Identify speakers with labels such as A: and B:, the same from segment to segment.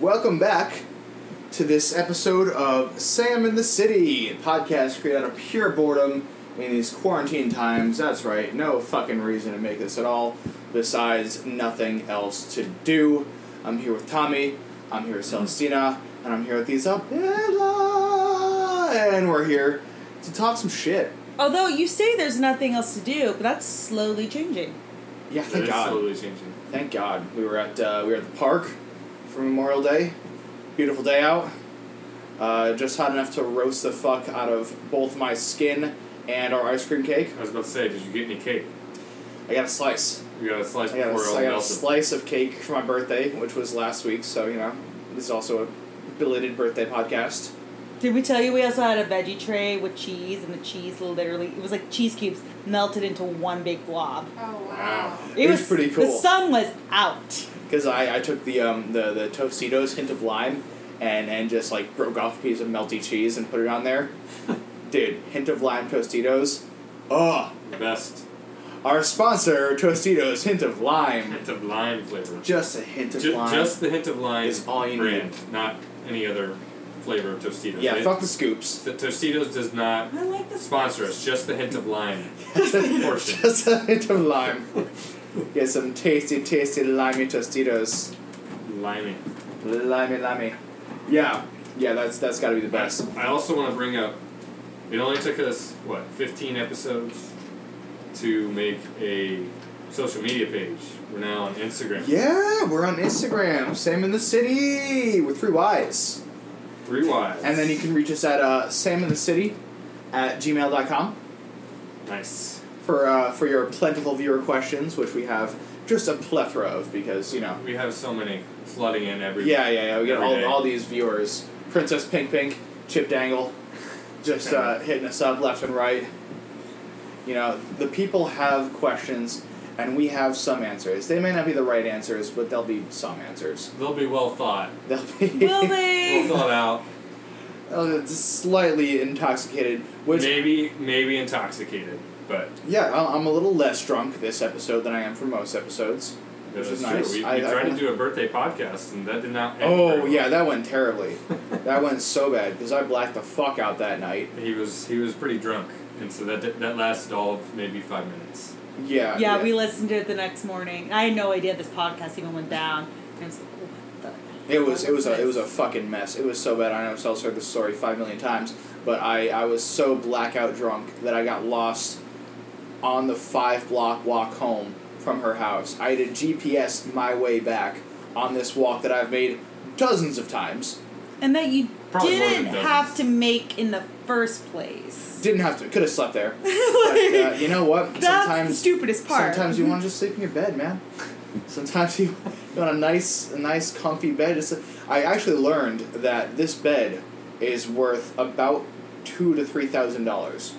A: Welcome back to this episode of Sam in the City, a podcast created out of pure boredom in these quarantine times. That's right, no fucking reason to make this at all, besides nothing else to do. I'm here with Tommy, I'm here with Celestina, and I'm here with Isabella. And we're here to talk some shit.
B: Although you say there's nothing else to do, but that's slowly changing.
A: Yeah,
C: It
A: thank
C: is
A: God.
C: slowly changing.
A: Thank God. We were at uh, we were at the park for Memorial Day. Beautiful day out. Uh, just hot enough to roast the fuck out of both my skin and our ice cream cake.
C: I was about to say, did you get any cake?
A: I got a slice.
C: You got a slice
A: I got, a,
C: before it all
A: I got a
C: melted.
A: slice of cake for my birthday, which was last week. So you know, this is also a belated birthday podcast.
B: Did we tell you we also had a veggie tray with cheese, and the cheese literally it was like cheese cubes melted into one big blob.
D: Oh
C: Wow.
D: wow.
B: It,
A: It was pretty cool.
B: The sun was out.
A: Because I, I took the um the the Tostitos hint of lime and and just like broke off a piece of melty cheese and put it on there. Dude, hint of lime Tostitos. Ugh.
C: The best
A: Our sponsor, Tostitos, hint of lime.
C: hint of lime flavor.
A: Just a hint of
C: Ju-
A: lime.
C: just the hint of lime
A: is all you
C: brand, not any other flavor of Tostitos.
A: yeah,
C: They-
A: fuck the scoops.
C: the Tostitos does not
B: I like this.
C: sponsor us. Just the hint of lime. portion.
A: just a hint of lime. Get some tasty, tasty limey Tostitos.
C: Limey.
A: Limey, limey. Yeah, yeah, that's that's got to be the best.
C: I also want to bring up. It only took us what 15 episodes to make a social media page. We're now on Instagram.
A: Yeah, we're on Instagram, Sam in the City with three Y's.
C: Three Y's.
A: And then you can reach us at uh, Sam in the City at gmail.com.
C: Nice.
A: For, uh, for your plentiful viewer questions, which we have just a plethora of because, you know,
C: We have so many flooding in every.
A: Yeah, yeah, yeah. We got
C: every
A: all,
C: day.
A: all these viewers. Princess Pink Pink, Chip Dangle, just uh, hitting us up left and right. You know, the people have questions, and we have some answers. They may not be the right answers, but they'll be some answers.
C: They'll be well thought.
A: They'll be
B: Will
C: Well
B: they?
C: thought out.
A: uh, slightly intoxicated, which
C: maybe maybe intoxicated, but
A: yeah, I- I'm a little less drunk this episode than I am for most episodes. Which is
C: that's true.
A: nice.
C: We, we
A: I- I
C: tried to
A: wanna-
C: do a birthday podcast, and that did not. End very
A: Oh
C: well.
A: yeah, that went terribly. that went so bad because I blacked the fuck out that night.
C: He was he was pretty drunk, and so that did, that lasted all of maybe five minutes.
A: Yeah.
B: Yeah, we listened to it the next morning. I had no idea this podcast even went down. And I was like, oh, what
A: It was it was a it was a
B: Nice.
A: fucking mess. It was so bad. I know I've heard this story five million times, but I I was so blackout drunk that I got lost on the five block walk home from her house. I had to GPS my way back on this walk that I've made dozens of times.
B: the-" and that you
C: Probably more than
B: didn't
C: dozens.
B: have to make in the first place.
A: Didn't have to. Could have slept there.
B: like,
A: But, uh, you know what?
B: that's the
A: Sometimes
B: stupidest part.
A: sometimes you want to just sleep in your bed, man. Sometimes you, you want a nice, a nice, comfy bed. Just I actually learned that this bed is worth about two to three thousand dollars.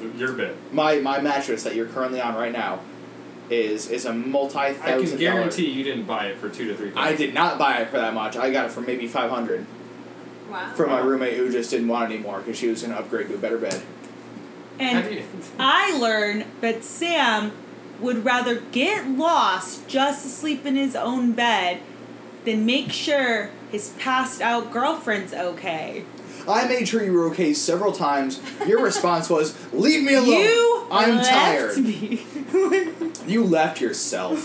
C: Th- Your bit.
A: My my mattress that you're currently on right now is is a multi
C: I can
A: thousand dollar.
C: guarantee you didn't buy it for two to three.
A: I did not buy it for that much. I got it for maybe five hundred
D: Wow.
A: from
B: Oh.
A: my roommate who just didn't want it anymore because she was going to upgrade to a better bed.
B: and I learned that Sam would rather get lost just to sleep in his own bed than make sure his passed out girlfriend's okay.
A: I made sure you were okay several times. Your response was, "Leave me alone.
B: You
A: I'm
B: left
A: tired."
B: me.
A: You left yourself.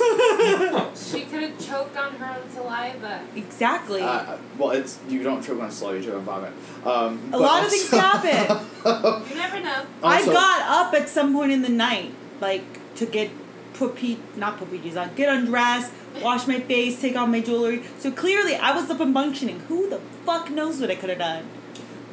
D: She could have choked on her own saliva.
B: exactly.
A: Uh, well, it's you don't choke on saliva, you choke on vomit. Um,
B: A
A: but
B: lot of things
A: also-
B: happen.
D: You never know.
B: I
A: also-
B: got up at some point in the night, like to get put pee, not put PJs on, get undressed, wash my face, take off my jewelry. So clearly, I was up and functioning. Who the fuck knows what I could have done?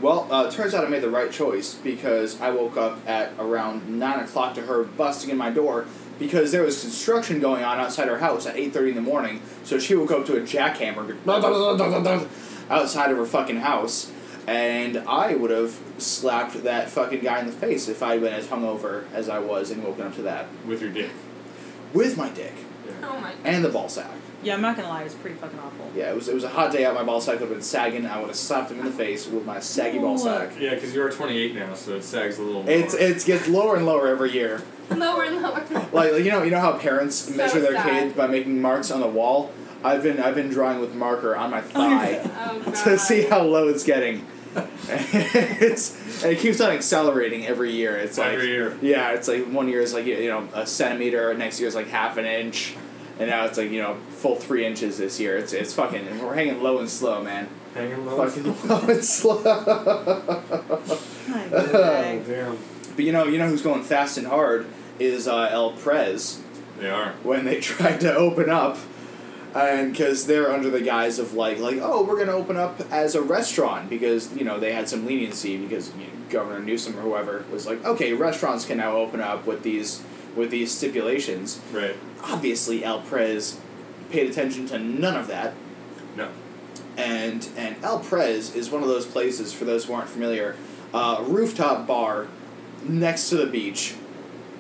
A: Well, uh, it turns out I made the right choice because I woke up at around nine o'clock to her busting in my door because there was construction going on outside her house at eight thirty in the morning. So she woke up to a jackhammer outside of her fucking house, and I would have slapped that fucking guy in the face if I had been as hungover as I was and woken up to that
C: with your dick.
A: with my dick
C: Yeah.
D: Oh my god.
A: and the ball sack.
B: Yeah, I'm not gonna lie, it was pretty fucking awful.
A: Yeah, it was it was a hot day out. My ball sack would have been sagging. I would have slapped him in the face with my saggy ball sack.
C: Yeah, because you are 28 now, so it sags a little.
A: It's
C: more.
A: it gets lower and lower every year.
D: Lower and lower.
A: Like you know you know how parents
D: So
A: measure their
D: sad.
A: kids by making marks on the wall. I've been I've been drawing with marker on my
B: Oh, you're-
A: thigh
D: Oh, God.
A: to see how low it's getting. it's and it keeps on accelerating every year. It's like
C: every year.
A: yeah, it's like one year is like you know a centimeter, next year is like half an inch, and now it's like you know full three inches this year. It's it's fucking and we're hanging low and slow, man.
C: Hanging low.
A: Fucking low and slow.
B: My
C: Oh,
B: God.
C: damn.
A: but you know you know who's going fast and hard is uh, El Prez.
C: They are.
A: when they tried to open up and because they're under the guise of like like oh we're going to open up as a restaurant because you know they had some leniency because you know, governor newsom or whoever was like okay restaurants can now open up with these with these stipulations
C: Right.
A: obviously el prez paid attention to none of that
C: No.
A: and and El Prez is one of those places for those who aren't familiar. Uh, rooftop bar next to the beach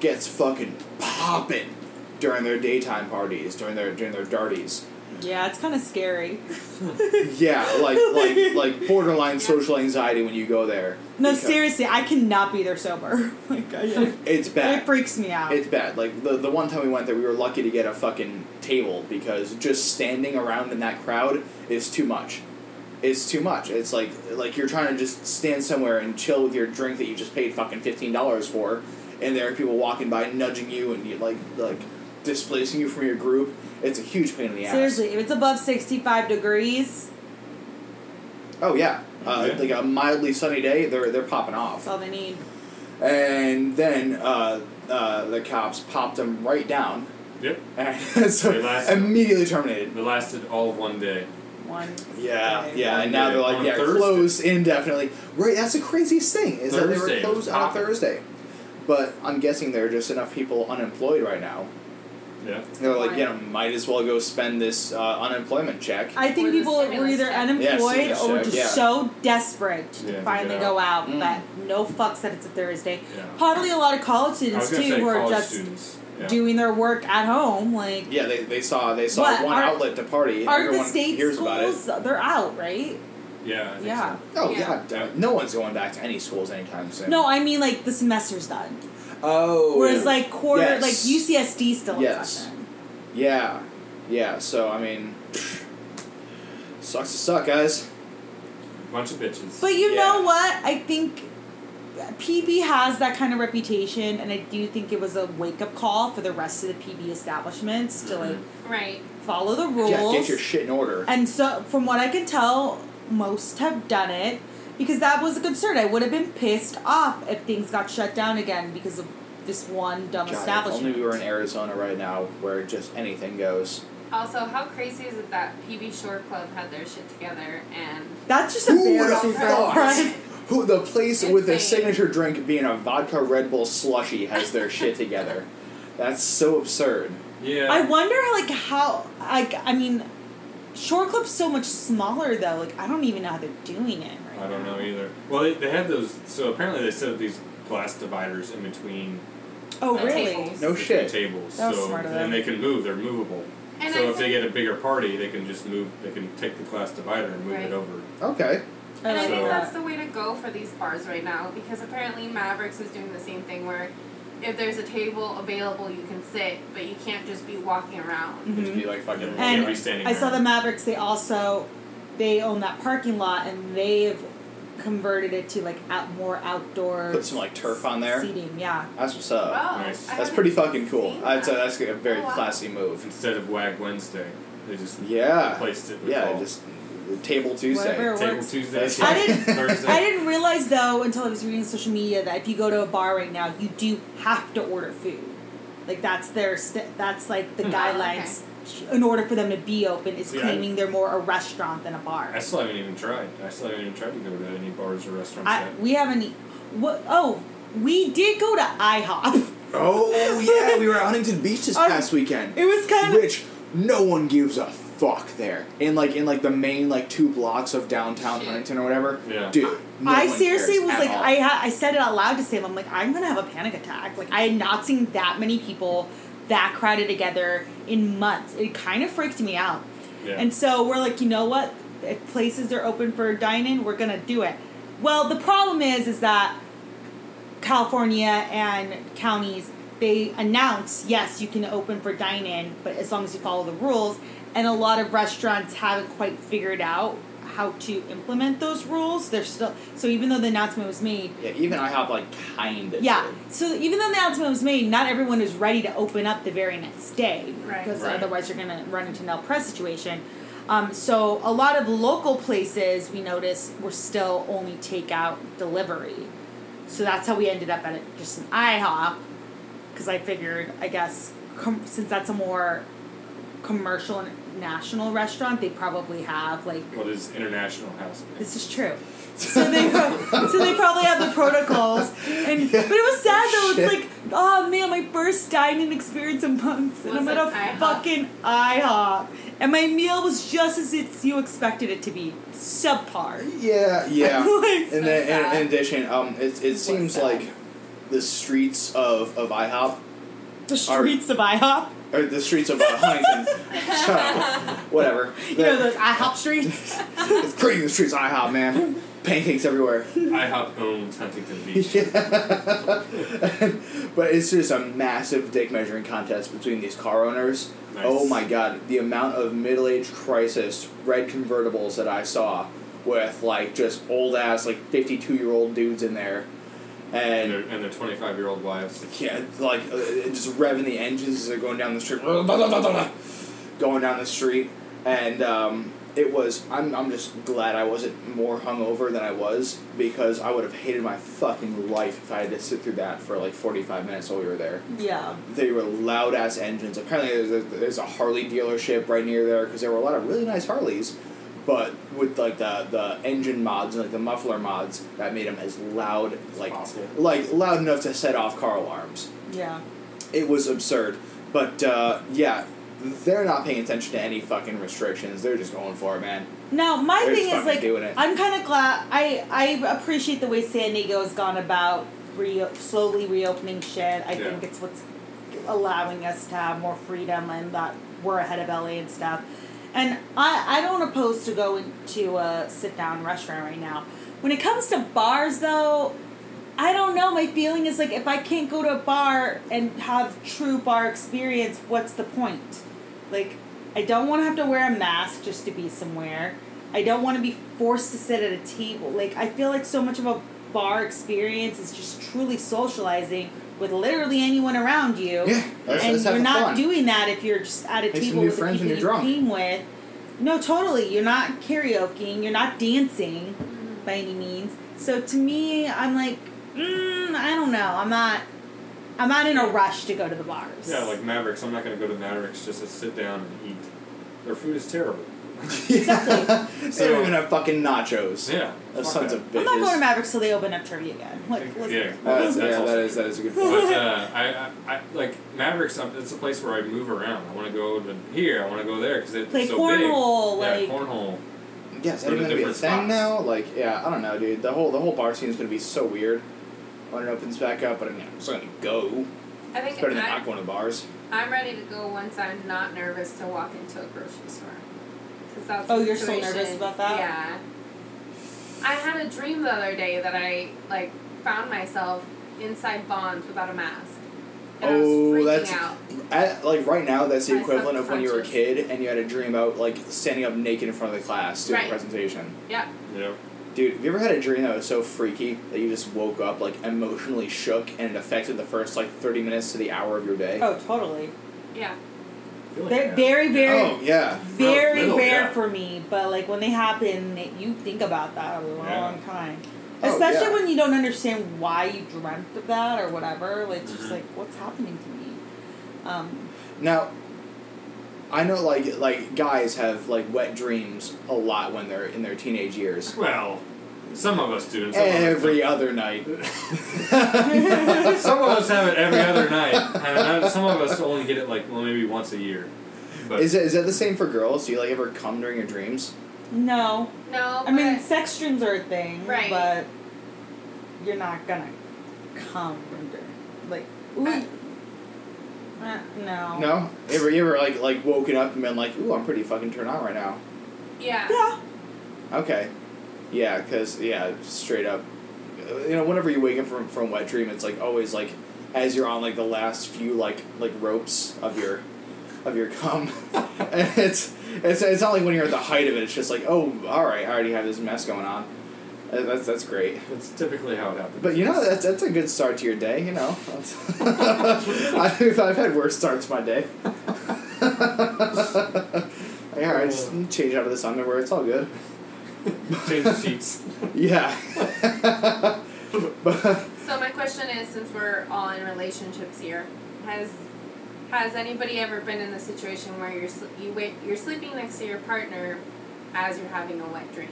A: gets fucking popping during their daytime parties, during their during their darties.
B: Yeah, it's kind of scary.
A: Yeah, like like like borderline social anxiety when you go there.
B: No,
A: Because
B: seriously, I cannot be there sober. Like, I,
A: It's
B: it
A: bad.
B: freaks me out.
A: It's bad. Like the the one time we went there, we were lucky to get a fucking table because just standing around in that crowd is too much. It's too much. It's like like you're trying to just stand somewhere and chill with your drink that you just paid fucking fifteen dollars for, and there are people walking by nudging you and you like like displacing you from your group. It's a huge pain in the ass.
B: seriously, if it's above sixty-five degrees,
A: Oh yeah. Uh,
C: Yeah.
A: Like a mildly sunny day, they're they're popping off.
B: that's all they need.
A: And then uh, uh, the cops popped them right down.
C: Yep.
A: And so
C: They lasted.
A: immediately terminated.
C: They lasted all of one day.
B: One.
A: Yeah,
B: Right.
A: yeah, and now they're like,
C: On
A: yeah,
C: Thursday.
A: closed indefinitely. Right, that's the craziest thing is that
C: Thursday
A: they
C: was
A: were closed on a
C: popping.
A: Thursday. But I'm guessing there are just enough people unemployed right now.
C: Yeah.
A: They're like,
B: Right. Uh,
A: you know, might as well go spend this uh, unemployment check.
B: I think
D: Or the
B: people were
D: stimulus
B: either
D: check.
B: unemployed
A: Yeah,
B: or
A: stimulus
B: just
A: check, yeah.
B: so desperate to
C: Yeah, to
B: finally
C: get
B: go out
A: Mm.
B: that no fucks that it's a Thursday.
C: Yeah.
B: Probably a lot of college
C: I was
B: students
C: gonna
B: too
C: say
B: who are
C: college
B: just
C: students. Yeah.
B: doing their work at home. Like,
A: Yeah, they, they saw they saw
B: But
A: one
B: aren't-
A: outlet to party. and
B: aren't the
A: everyone
B: state
A: hears about it.
B: schools? They're out, right?
C: Yeah. I think
B: Yeah.
C: So.
A: Oh
D: Yeah.
A: god, damn it. no one's going back to any schools anytime soon.
B: No, I mean like the semester's done.
A: Oh.
B: Whereas like quarter,
A: Yes.
B: like UCSD still in
A: Yes.
B: session.
A: Yeah, yeah. So I mean, sucks to suck, guys.
C: Bunch of bitches.
B: But you
A: Yeah.
B: know what? I think PB has that kind of reputation, and I do think it was a wake up call for the rest of the PB establishments to like
D: Right.
B: follow the rules.
A: Mm-hmm. Yeah, get your shit in order.
B: and so, from what I can tell, most have done it because that was a concern. I would have been pissed off if things got shut down again because of this one dumb
A: God, if
B: establishment.
A: only we were in Arizona right now, where just anything goes.
D: Also, how crazy is it that PB Shore Club had their shit together and
B: That's just
A: Who would have
B: embarrassing for
A: thought?
B: us.
A: Who the place with the
D: Insane.
A: signature drink being a vodka Red Bull slushy has their shit together? That's so absurd.
C: yeah.
B: I wonder like how like I mean Shore Club's so much smaller though, like I don't even know how they're doing it right
C: I don't
B: now.
C: know either. Well, they, they had those. So apparently they set up these glass dividers in between
B: Oh
D: The
B: really?
D: tables.
A: No
C: between
A: shit.
C: tables.
B: That was
C: so
B: smart of them.
C: and they can move. They're movable.
D: and
C: so
D: I
C: if they
D: think-
C: get a bigger party, they can just move. They can take the glass divider and move
D: Right.
C: it over.
A: Okay.
B: I
D: And I
B: like
D: think
C: So- uh,
D: that's
B: that.
D: the way to go for these bars right now because apparently Mavericks is doing the same thing where if there's a table available, you can sit, but you can't just be walking around.
A: Just
B: Mhm.
A: be like fucking.
C: You
B: And
C: can't be standing
B: I saw the
C: around.
B: Mavericks, they also they own that parking lot and they've converted it to like out more outdoor
A: Put some like turf on there.
B: seating, yeah.
A: That's what's up.
D: oh,
C: nice.
D: I
A: That's
D: haven't
A: pretty fucking cool.
D: seen
A: That's a,
D: that.
A: that's a very
D: Oh, wow.
A: classy move.
C: Instead of Wag Wednesday, they just
A: Yeah.
C: placed it. With
A: Yeah.
C: all-
A: Just table Tuesday.
B: Whatever
C: table
B: works.
C: Tuesday.
A: That's
B: I didn't-
C: Thursday.
B: I didn't realize though until I was reading social media that if you go to a bar right now, you do have to order food. Like that's their st- that's like the
C: Hmm.
B: guidelines in order for them to be open is
C: See, I-
B: claiming they're more a restaurant than a bar.
C: I still haven't even tried. I still haven't even tried to go to any bars or restaurants
B: I,
C: yet.
B: we haven't. e- What? Oh, we did go to IHOP.
A: Oh yeah, we were at Huntington Beach this
B: Oh.
A: past weekend.
B: It was kind of
A: which no one gives a fuck there in like in like the main like two blocks of downtown
D: Shit.
A: Huntington or whatever.
C: Yeah.
A: Dude, no
B: I
A: one
B: seriously
A: cares
B: was
A: at
B: like,
A: all.
B: I ha- I said it out loud to Sam. I'm like, I'm gonna have a panic attack. Like, I had not seen that many people that crowded together in months. It kind of freaked me out.
C: Yeah.
B: And so we're like, you know what? If places are open for dining, we're gonna do it. Well, the problem is, is that California and counties they announce yes you can open for dine in but as long as you follow the rules and a lot of restaurants haven't quite figured out how to implement those rules they're still so even though the announcement was made
A: Yeah, even IHOP like kind of.
B: yeah so even though the announcement was made not everyone is ready to open up the very next day
D: Right.
B: because
C: Right.
B: otherwise you're going to run into an el press situation um, so a lot of local places we noticed were still only takeout delivery so that's how we ended up at it, just an IHOP, because I figured, I guess, com- since that's a more commercial and national restaurant, they probably have like
C: What is international housing?
B: this is true. So they pro- so they probably have the protocols, and but it was sad though. It's
A: Shit.
B: like, oh man, my first dining experience in months, and
D: Was
B: I'm at
D: it
B: a
D: IHOP?
B: fucking IHOP, and my meal was just as it's you expected it to be, subpar.
A: Yeah, yeah.
B: Like,
A: And
D: So
A: then, in,
D: sad.
A: in addition, um, it, it seems
B: sad.
A: like the streets of, of IHOP
B: the streets of IHOP,
A: or the streets of uh, Huntington, whatever.
B: you know those IHOP streets.
A: it's crazy. The streets of IHOP, man. Pancakes everywhere.
C: IHOP owns Huntington Beach.
A: Yeah. but it's just a massive dick measuring contest between these car owners.
C: Nice.
A: Oh my god, the amount of middle aged crisis red convertibles that I saw with like just old ass like fifty two year old dudes in there,
C: And
A: and
C: their, and their 25 year old wives.
A: yeah, like uh, just revving the engines as they're going down the street, going down the street, and um, it was. I'm I'm just glad I wasn't more hungover than I was because I would have hated my fucking life if I had to sit through that for like 45 minutes while we were there.
B: yeah.
A: They were loud ass engines. Apparently, there's a, there's a Harley dealership right near there because there were a lot of really nice Harleys. But with like the, the engine mods and like the muffler mods, that made them as loud like
C: possible.
A: like loud enough to set off car alarms
B: Yeah.
A: it was absurd. But uh, yeah, they're not paying attention to any fucking restrictions. They're just going for it, man.
B: Now my
A: They're
B: thing
A: just
B: is like
A: fucking doing it.
B: I'm kind of glad I I appreciate the way San Diego has gone about reo- slowly reopening shit. I
C: Yeah.
B: think it's what's allowing us to have more freedom and that we're ahead of LA and stuff. And I I don't oppose to go into a sit down restaurant right now. When it comes to bars though, I don't know. My feeling is like if I can't go to a bar and have true bar experience, what's the point? Like, I don't want to have to wear a mask just to be somewhere. I don't want to be forced to sit at a table. Like, I feel like so much of a bar experience is just truly socializing with literally anyone around you.
A: let's,
B: and
A: let's
B: you're
A: have
B: not
A: fun.
B: doing that if you're just at a
A: Make some
B: table
A: new
B: with the
A: friends
B: people
A: when
B: you
A: you're drunk.
B: came with. No, totally. You're not karaokeing. You're not dancing by any means. So to me, I'm like, mm, I don't know. I'm not. I'm not in a rush to go to the bars.
C: Yeah, like Mavericks. I'm not going to go to Mavericks just to sit down and eat. Their food is terrible.
A: Exactly. they
C: So-
A: don't even have fucking nachos.
C: Yeah.
A: Those
C: fuck
A: sons
C: that.
A: of bitches.
B: I'm not going to Mavericks till they open up trivia again. Like,
C: Yeah.
A: Uh,
B: let's-
C: That's-
A: yeah,
C: that's also
A: that is that is a good
C: But
A: point.
C: uh, I, I, I like Mavericks. um, It's a place where I move around. I want to go to here. I want to go there because it's
B: play
C: so
B: cornhole. Like,
C: big. yeah, cornhole.
A: yeah, is that even
C: Go to
A: gonna be a
C: different
A: thing
C: spots.
A: now? Like, yeah, I don't know, dude. The whole the whole bar scene is gonna be so weird when it opens back up. But I mean, I'm still gonna go.
D: I
A: It's
D: think
A: better than
D: I,
A: not going to bars.
D: I'm ready to go once I'm not nervous to walk into a grocery store. 'Cause that's
B: Oh,
D: the
B: you're still nervous
D: situation.
B: about that?
D: Yeah. I had a dream the other day that I like found myself inside Bonds without a mask. And
A: Oh,
D: I was freaking
A: that's-
D: out.
A: At, like right now, that's the
D: My
A: equivalent of when you were a
D: subconscious.
A: kid and you had a dream about like standing up naked in front of the class doing
D: Right.
A: a presentation.
C: Yep.
A: Dude, have you ever had a dream that was so freaky that you just woke up like emotionally shook and it affected the first like thirty minutes to the hour of your day?
B: oh, totally.
D: Yeah.
C: I feel like
B: They're
C: I-
B: very, very,
A: Oh, yeah.
B: very
C: Little,
B: rare
C: yeah.
B: for me. But like when they happen, it- you think about that a long
C: Yeah.
B: time.
A: Oh,
B: Especially
A: yeah.
B: when you don't understand why you dreamt of that or whatever. Like, it's just
C: Mhm.
B: like, what's happening to me? Um,
A: Now, I know like like guys have like wet dreams a lot when they're in their teenage years.
C: Well, some of us do. and Some
A: Every
C: Of
A: other night.
C: us some of us have it every other night, and not- some of us only get it like well maybe once a year. But
A: Is it is that the same for girls? Do you like ever come during your dreams?
B: no.
D: No.
B: I mean,
D: but-
B: sex dreams are a thing,
D: Right.
B: but you're not gonna come under like ooh,
D: I-
B: uh, no.
A: No? Ever you ever like like woken up and been like, ooh, I'm pretty fucking turned on right now.
D: yeah.
B: Yeah.
A: Okay. Yeah, because, yeah, straight up. You know, whenever you wake up from, from wet dream, it's like always like as you're on like the last few like like ropes of your of your cum. and it's it's it's not like when you're at the height of it. It's just like oh, all right, I already have this mess going on. Uh, That's that's great.
C: That's typically how it happens.
A: But you know that's that's a good start to your day. You know, That's- I've I've had worse starts to my day. Like, all right, just change out of this underwear. It's all good.
C: change the sheets.
A: Yeah. but,
D: So my question is, since we're all in relationships here, has has anybody ever been in the situation where you're sl- you wait, you're sleeping next to your partner as you're having a wet dream?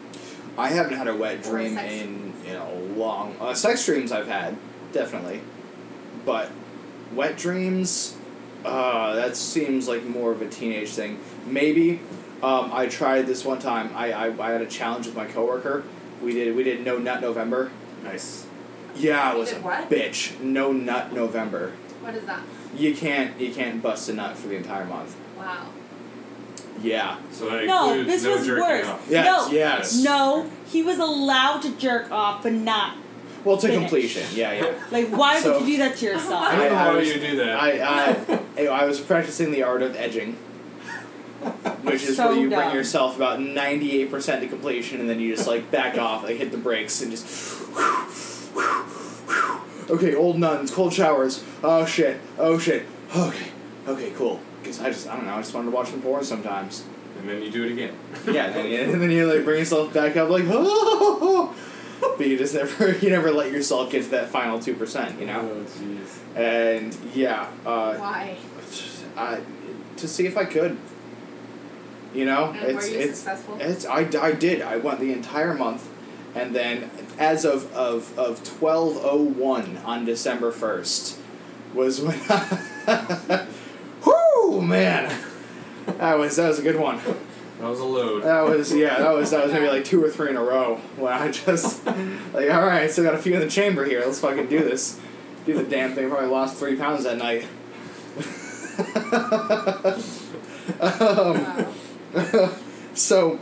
A: I haven't had a wet
D: Or a
A: dream
D: sex-
A: in in a long. Uh, sex dreams I've had definitely, but wet dreams, uh, that seems like more of a teenage thing. Maybe um, I tried this one time. I, I I had a challenge with my coworker. We did we did no nut November.
C: Nice.
A: Yeah, it
D: You
A: was
D: did
A: a
D: what?
A: bitch. No nut November.
D: What is that?
A: You can't you can't bust a nut for the entire month.
D: Wow.
A: Yeah.
C: So that
B: No,
C: includes
B: this
C: no
B: was
C: jerking
B: worse.
C: off.
A: Yes.
B: No.
A: Yes.
B: No, he was allowed to jerk off, but not.
A: Well, to
B: Finish.
A: completion. Yeah, yeah.
B: Like, why
A: So-
B: would you do that to
C: I
B: yourself?
C: don't know
A: I- I
C: why
A: was-
C: you do that.
A: I I, I was practicing the art of edging, which is
B: So
A: where you
B: dumb.
A: bring yourself about ninety eight percent to completion, and then you just like back off, like hit the brakes, and just. Okay, old nuns, cold showers. Oh shit! Oh shit! Okay, okay, cool. Because I just I don't know. I just wanted to watch some porn sometimes.
C: and then you do it again.
A: Yeah, and then, you, and then you like bring yourself back up, like, oh, but you just never, you never let yourself get to that final two percent, you know.
C: Oh jeez.
A: And yeah, uh,
D: Why?
A: I, to see if I could, you know,
D: And
A: it's
D: were you
A: it's
D: successful?
A: it's I, I did I went the entire month, and then as of of of twelve oh one on December first, was when, I, whoo man, that was that was a good one.
C: That was a load.
A: That was yeah. That was that was maybe like two or three in a row. When I just like, all right, still got a few in the chamber here. Let's fucking do this. Do the damn thing. Probably lost three pounds that night. um,
D: wow.
A: so,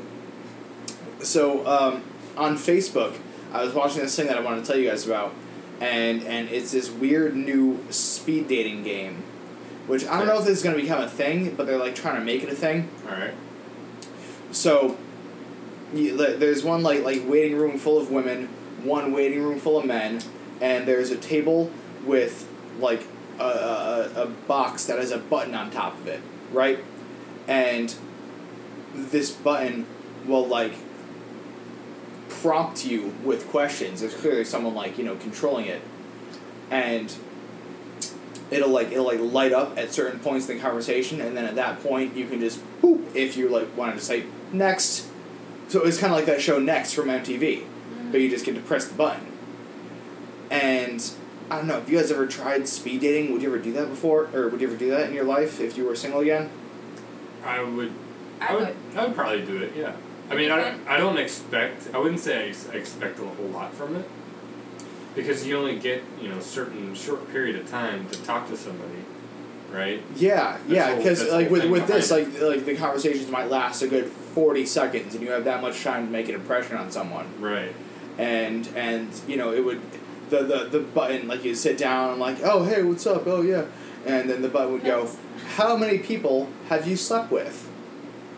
A: so um, on Facebook, I was watching this thing that I wanted to tell you guys about, and and it's this weird new speed dating game, which I don't know if this is gonna become a thing, but they're like trying to make it a thing.
C: Alright.
A: So, you, le- there's one like like waiting room full of women, one waiting room full of men, and there's a table with like a, a, a a box that has a button on top of it, right? And this button will like prompt you with questions. There's clearly someone like you know controlling it, and it'll like it'll like light up at certain points in the conversation, and then at that point you can just boop if you like wanted to say next. So it's kind of like that show Next from MTV, but you just get to press the button. And I don't know. Have you guys ever tried speed dating? Would you ever do that before, or would you ever do that in your life if you were single again?
C: I would
D: I
A: Oh,
C: would
D: would.
C: I would probably do it, yeah. I mean I don't I don't expect I wouldn't say I ex- I expect a whole lot from it. Because you only get, you know, certain short period of time to talk to somebody, right?
A: Yeah, yeah,
C: whole-
A: because
C: that's
A: like
C: whole
A: with
C: thing
A: with this,
C: behind
A: like like the conversations might last a good forty seconds, and you have that much time to make an impression on someone,
C: Right.
A: and and you know it would the the the button like you sit down and like oh hey what's up oh yeah, and then the button would go
D: Next.
A: how many people have you slept with,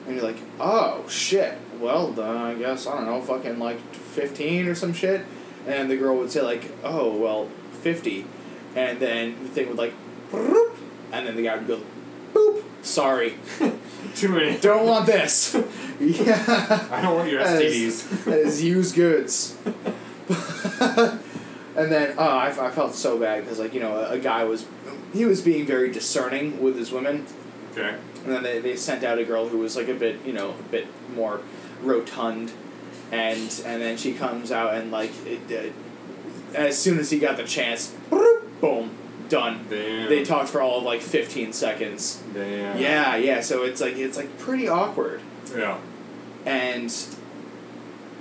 A: and you're like oh shit well then I guess I don't know fucking like fifteen or some shit, and the girl would say like oh well fifty, and then the thing would like "Broop," and then the guy would go boop sorry
C: Too many
A: don't want this yeah
C: I don't want your
A: That
C: STDs.
A: is- that is used goods. and then oh, I, I felt so bad because like you know a, a guy was he was being very discerning with his women,
C: Okay.
A: and then they, they sent out a girl who was like a bit you know a bit more rotund, and and then she comes out and like it, it, uh, as soon as he got the chance, boom, done.
C: Damn.
A: They talked for all of like fifteen seconds.
C: Damn.
A: Yeah, yeah. So it's like it's like pretty awkward,
C: Yeah.
A: and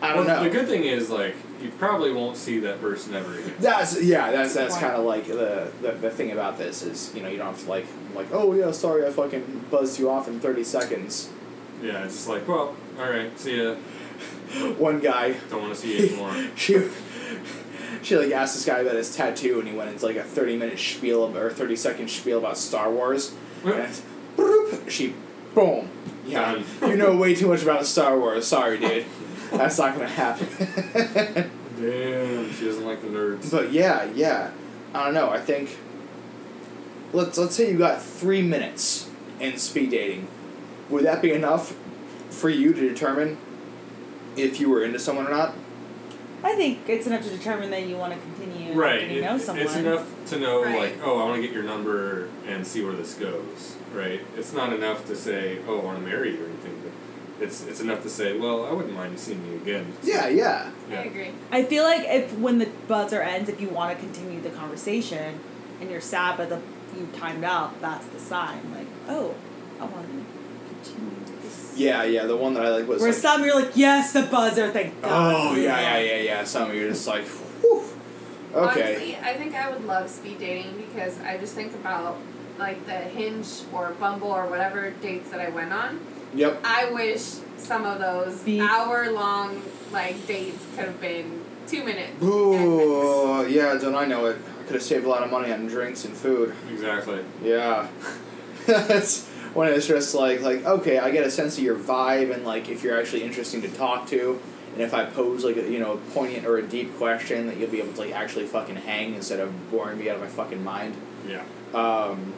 A: I don't
C: Well,
A: know.
C: The good thing is, like, you probably won't see that person ever again.
A: That's yeah. That's that's
D: Why?
A: kind of like the, the the thing about this is you know you don't have to like like oh yeah sorry I fucking buzzed you off in thirty seconds.
C: Yeah, it's just like, well, all right, see ya.
A: One guy,
C: Don't want to see you anymore.
A: she she like asked this guy about his tattoo, and he went into like a thirty minute spiel of- or thirty second spiel about Star Wars. And it's, "Broop." she, boom, yeah,
C: Done.
A: you know way too much about Star Wars. Sorry, dude, that's not gonna happen.
C: Damn, she doesn't like the nerds.
A: but yeah, yeah, I don't know. I think let's let's say you got three minutes in speed dating. Would that be enough for you to determine if you were into someone or not?
B: I think it's enough to determine that you want to continue
C: right.
B: getting
C: it-
B: to know someone.
C: It's enough to know
D: Right.
C: like, oh, I want to get your number and see where this goes. Right. It's not enough to say, oh, I want to marry you or anything. But it's it's enough to say, well, I wouldn't mind seeing you again.
A: Yeah, yeah.
D: I
C: Yeah.
D: agree.
B: I feel like if when the buzzer ends, if you want to continue the conversation and you're sad but the you timed out, that's the sign. Like, oh, I want to continue this.
A: Yeah, yeah, the one that I like was.
B: Where
A: like,
B: some you're like, yes, the buzzer, thank God.
A: oh yeah, yeah, yeah, yeah. Some you're just like, whew. Okay.
D: Honestly, I think I would love speed dating because I just think about like the Hinge or Bumble or whatever dates that I went on.
A: Yep.
D: I wish some of those
B: Be-
D: hour long like dates could have been two minutes.
A: Ooh, yeah. Don't I know it? I could have saved a lot of money on drinks and food.
C: Exactly.
A: Yeah. That's when it's just like, like, okay, I get a sense of your vibe and like if you're actually interesting to talk to, and if I pose like a you know a poignant or a deep question that you'll be able to like actually fucking hang instead of boring me out of my fucking mind.
C: Yeah.
A: Um,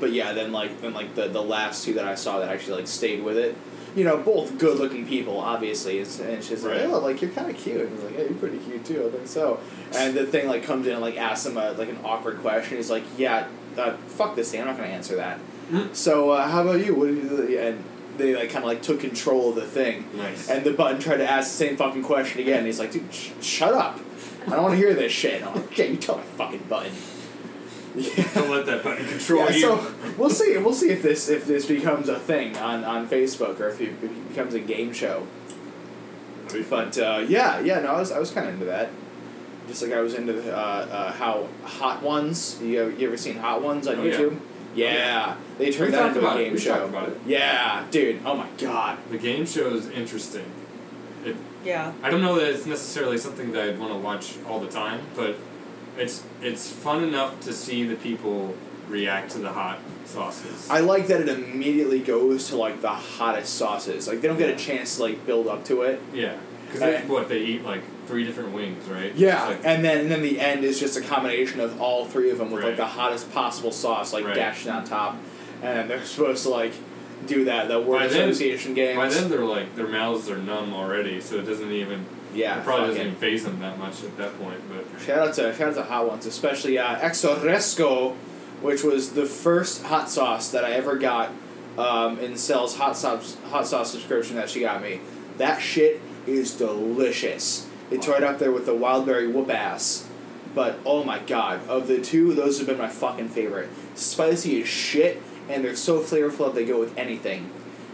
A: but yeah, then like then like the the last two that I saw that actually like stayed with it. You know, both good looking people, obviously. It's, and she's
C: Right.
A: like, oh, like you're kind of cute. And he's like, yeah, you're pretty cute too. I think so. And the thing like comes in and like asks him a, like an awkward question. He's like, yeah, uh, fuck this thing. I'm not gonna answer that.
C: Mm.
A: So uh, how about you? What did you do? And they like kind of like took control of the thing.
C: Nice.
A: And the button tried to ask the same fucking question again. And he's like, dude, sh- shut up. I don't want to hear this shit. And I'm like, okay, you tell my fucking button.
C: Don't
A: Yeah.
C: let that button control
A: Yeah,
C: you.
A: so we'll see. We'll see if this if this becomes a thing on, on Facebook or if it be- becomes a game show.
C: That'd be fun.
A: But uh, yeah, yeah, no, I was, I was kind of into that. Just like I was into uh, uh, how Hot Ones. You, you ever seen Hot Ones on
C: Oh, yeah.
A: YouTube? Yeah. they turned
C: We
A: that
C: talked
A: into
C: about
A: a
C: it.
A: game
C: We
A: show.
C: talked about it.
A: Yeah, dude. Oh my god.
C: The game show is interesting.
B: Yeah.
C: I don't know that it's necessarily something that I'd want to watch all the time, but it's it's fun enough to see the people react to the hot sauces.
A: I like that it immediately goes to like the hottest sauces. Like they don't get a chance to like build up to it.
C: yeah, because
A: I-
C: what they eat like three different wings, right?
A: Yeah,
C: It's like-
A: and then and then the end is just a combination of all three of them with like
C: Right.
A: the hottest possible sauce, like
C: Right.
A: dashed on top, and they're supposed to like do that the word
C: By then-
A: association games.
C: by then they're like their mouths are numb already, so it doesn't even
A: yeah,
C: it probably doesn't
A: fucking-
C: even phase them that much at that point. But
A: Shout out to shout out to hot ones, especially uh, Exoresco, which was the first hot sauce that I ever got um, in Cell's hot sauce hot sauce subscription that she got me. That shit is delicious. It's right up there with the Wildberry Whoop Ass. But oh my god, of the two, those have been my fucking favorite. Spicy as shit, and they're so flavorful that they go with anything.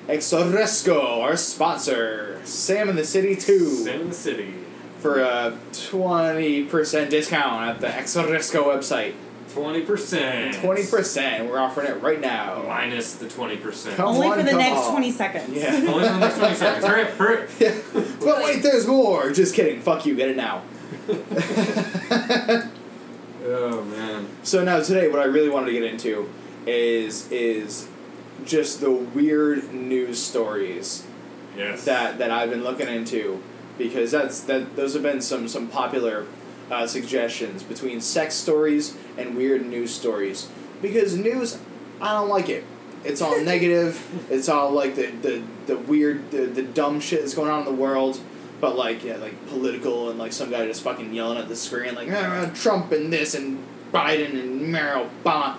A: Exoresco, our sponsor. Sam in the City 2
C: Sam in the City,
A: for a 20% discount at the Exorisco website.
C: twenty percent,
A: 20%. We're offering it right now.
C: minus the twenty percent.
A: Come
B: Only
A: on,
B: for the
A: come
B: next
A: on.
B: 20 seconds.
A: Yeah.
C: Only for the next twenty seconds. Hurry, up, hurry. up.
A: But wait, there's more. Just kidding. Fuck you. Get it now.
C: Oh man.
A: so now today, what I really wanted to get into is is just the weird news stories
C: Yes.
A: that that I've been looking into because that's that those have been some some popular uh, suggestions between sex stories and weird news stories because news I don't like it. It's all negative. It's all like the the, the weird the, the dumb shit that's going on in the world. But like yeah, like political and like some guy just fucking yelling at the screen like "Ah, Trump and this and Biden and Mary Obama,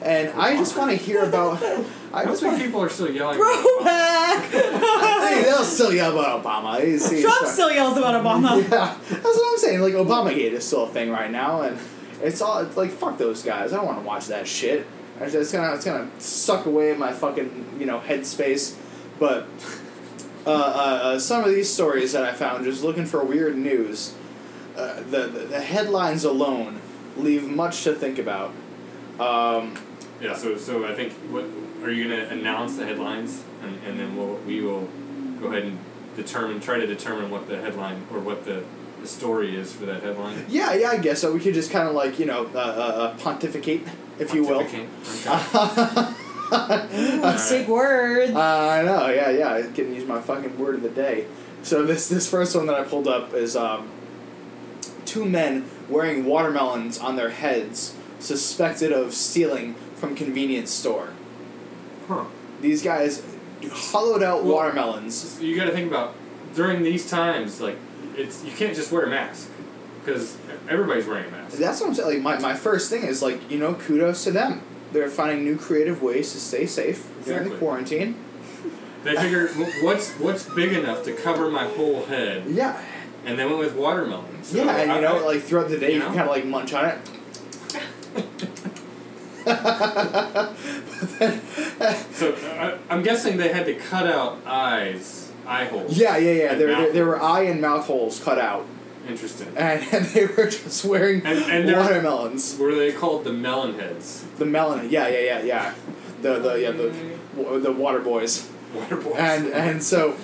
A: and I just want to hear about. I
C: I don't
A: just
C: think
A: want.
C: people are still yelling.
A: Hey,
B: Throwback!
A: they'll still yell about Obama. He's- he's
B: Trump
A: fucking-
B: still yells about Obama.
A: yeah, that's what I'm saying. Like Obamagate is still a thing right now, and it's all it's like fuck those guys. I don't want to watch that shit. I just- It's gonna it's gonna suck away my fucking you know headspace. But uh, uh, uh, some of these stories that I found just looking for weird news, uh, the, the the headlines alone leave much to think about. Um,
C: Yeah, so so I think what are you gonna announce the headlines and, and then we'll we will go ahead and determine try to determine what the headline or what the the story is for that headline.
A: Yeah, yeah, I guess so. We could just kind of like you know uh, uh, uh, pontificate, if you will.
C: Pontificate. Okay.
A: Uh,
C: Alright.
B: Big words.
A: I know. Yeah, yeah. I couldn't use my fucking word of the day. So this this first one that I pulled up is um, two men wearing watermelons on their heads, suspected of stealing from convenience store.
C: Huh.
A: These guys hollowed out
C: Well-
A: watermelons.
C: So you got to think about during these times, like it's you can't just wear a mask because everybody's wearing a mask.
A: That's what I'm saying. Like my, my first thing is like you know kudos to them. They're finding new creative ways to stay safe during the
C: Exactly.
A: quarantine.
C: They figured "Wh- what's what's big enough to cover my whole head,
A: Yeah,
C: and they went with watermelons. So
A: yeah, and
C: I-
A: you know
C: I-
A: like throughout the day you,
C: you know?
A: can kind of like munch on it. But then-
C: so I, I'm guessing they had to cut out eyes, eye holes.
A: Yeah, yeah, yeah.
C: And
A: There,
C: mouth
A: there, there were
C: holes.
A: eye and mouth holes cut out,
C: Interesting.
A: and, and they were just wearing
C: And- and there-
A: watermelons.
C: Were they called the melon heads?
A: The melon. Yeah, yeah, yeah, yeah. The the yeah the wa- the water boys.
C: Water boys.
A: And and so,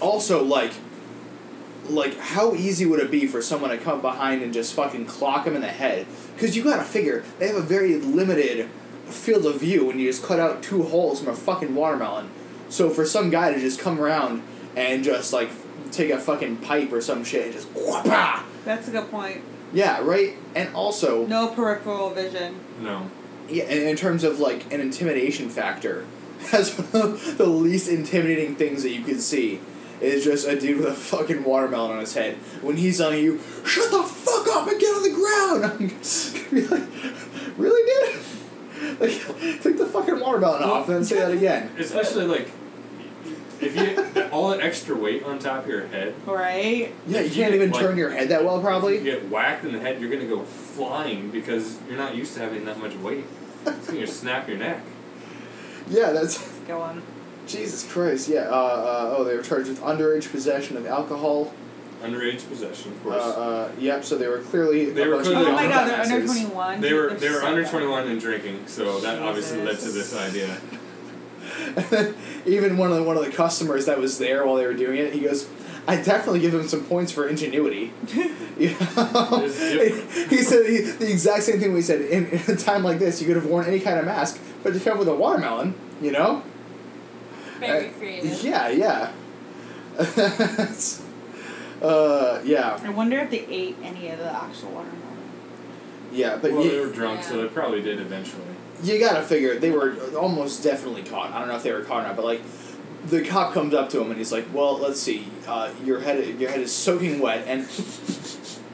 A: also like, like how easy would it be for someone to come behind and just fucking clock them in the head? Because you gotta figure they have a very limited field of view when you just cut out two holes from a fucking watermelon. So for some guy to just come around and just like take a fucking pipe or some shit and just whoppa,
B: That's a good point.
A: yeah, right. And also,
B: No peripheral vision.
C: no.
A: yeah, in, in terms of like an intimidation factor, that's one of the least intimidating things that you can see. Is just a dude with a fucking watermelon on his head. When he's on you, shut the fuck up and get on the ground. I'm gonna be like, really, dude? Like, take the fucking watermelon off and then say that again.
C: Especially like if you all that extra weight on top of your head.
B: Right?
A: Yeah, you
C: If
A: can't
C: you,
A: even
C: like-
A: turn your head that well,
C: You
A: probably.
C: get whacked in the head, you're gonna go flying because you're not used to having that much weight. It's gonna snap your neck.
A: Yeah, that's
B: Let's go on.
A: Jesus Christ. Yeah. Uh, uh, oh, they were charged with underage possession of alcohol.
C: Underage possession, of
A: Uh,
C: course.
A: uh, yep. So they were clearly
C: They
A: a
C: were
A: bunch
C: clearly
A: of
B: Oh my god, they're under
A: dumbasses.
B: 21.
C: they were
B: They're
C: they were
B: so
C: under
B: bad.
C: 21 and drinking, so that obviously led to this
B: Jesus.
C: idea.
A: Even one of the, one of the customers that was there while they were doing it, he goes, "I definitely give him some points for ingenuity." You know?
C: It's different.
A: he said he, the exact same thing we said. In, in a time like this, you could have worn any kind of mask, but to come with a watermelon, you know?
D: Very
A: Uh,
D: creative.
A: Yeah, yeah. It's- uh, yeah,
B: I wonder if they ate any of the actual watermelon.
A: yeah, but
C: well,
A: you,
C: they were drunk, so
D: Yeah.
C: they probably did eventually.
A: you gotta figure they were almost definitely caught. I don't know if they were caught or not, but like the cop comes up to him and he's like, "Well, let's see. Uh, your head your head is soaking wet, and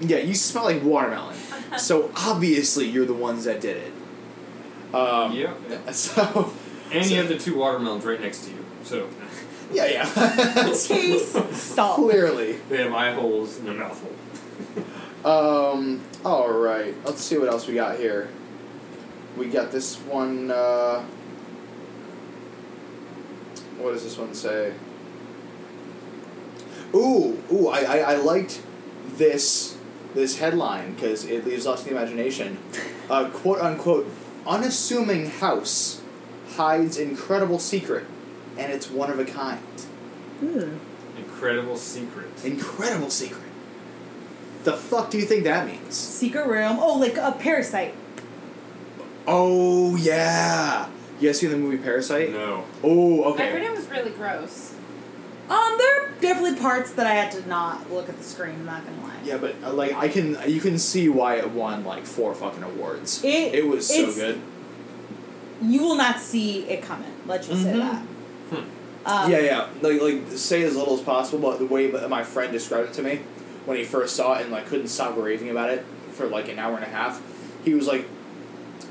A: yeah, you smell like watermelon. so obviously you're the ones that did it." Um,
C: yep.
A: So
C: And
A: So-
C: you have the two watermelons right next to you, so
A: yeah, yeah,
B: Taste salt.
A: clearly.
C: they have eye holes and a mouth hole.
A: Um, all right. Let's see what else we got here. We got this one. Uh, what does this one say? Ooh, ooh! I, I, I liked this this headline because it leaves lots to the imagination. Uh, quote unquote, unassuming house hides incredible secret, and it's one of a kind.
B: Hmm.
C: Incredible secret.
A: Incredible secret. The fuck do you think that means?
B: Secret room. Oh, like a parasite.
A: Oh yeah. You guys seen the movie Parasite?
C: No.
A: Oh
D: I heard
A: okay.
D: it was really gross.
B: Um, there are definitely parts that I had to not look at the screen. I'm not gonna lie.
A: Yeah, but uh, like I can, you can see why it won like four fucking awards.
B: It-
A: it was so
B: it's-
A: good.
B: You will not see it coming. Let's just say
A: Mhm.
B: that. Um,
A: Hmm. yeah, yeah. Like like say as little as possible, but the way that my friend described it to me when he first saw it and like couldn't stop raving about it for like an hour and a half, he was like,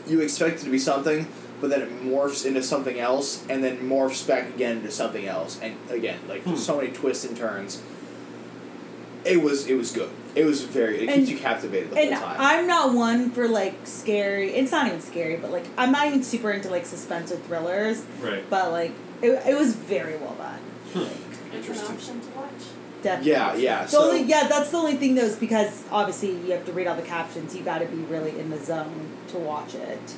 A: "You expect it to be something." But then it morphs into something else, and then morphs back again into something else, and again, like
C: Hmm.
A: so many twists and turns. It was it was good. It was very. It
B: And-
A: keeps you captivated the
B: And
A: whole time.
B: I'm not one for like scary. It's not even scary, but like I'm not even super into like suspense or thrillers.
C: Right.
B: But like it, it was very well done.
D: It's an
C: Interesting.
D: option to watch.
B: Definitely.
A: Hmm. yeah, yeah.
B: The
A: so
B: only yeah, that's the only thing though is because obviously you have to read all the captions. You got to be really in the zone to watch it.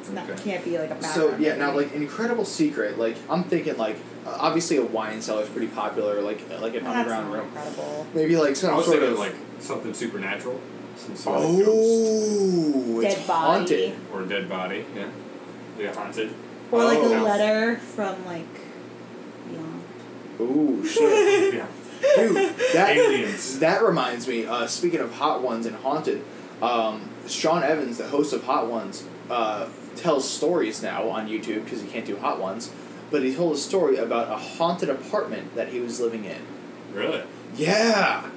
B: It's not
C: Mm, Okay.
B: can't be like a background.
A: So yeah, now
B: movie.
A: like incredible secret. Like I'm thinking like uh, obviously a wine cellar is pretty popular, like uh, like an
B: That's
A: underground room.
B: incredible.
A: Maybe like
C: I
A: some
C: was
A: sort
C: thinking
A: of
C: like something supernatural, some sort of ghost
A: oh, it's
B: Dead body.
A: haunted.
C: or a dead body. Yeah, yeah, haunted.
B: Or like
A: Oh.
B: a letter from like beyond.
A: Ooh, shit,
C: Yeah,
A: dude, that
C: aliens.
A: that reminds me. Uh, speaking of hot ones and haunted, um, Sean Evans, the host of Hot Ones, uh, tells stories now on YouTube because he can't do hot ones. But he told a story about a haunted apartment that he was living in.
C: Really?
A: Yeah,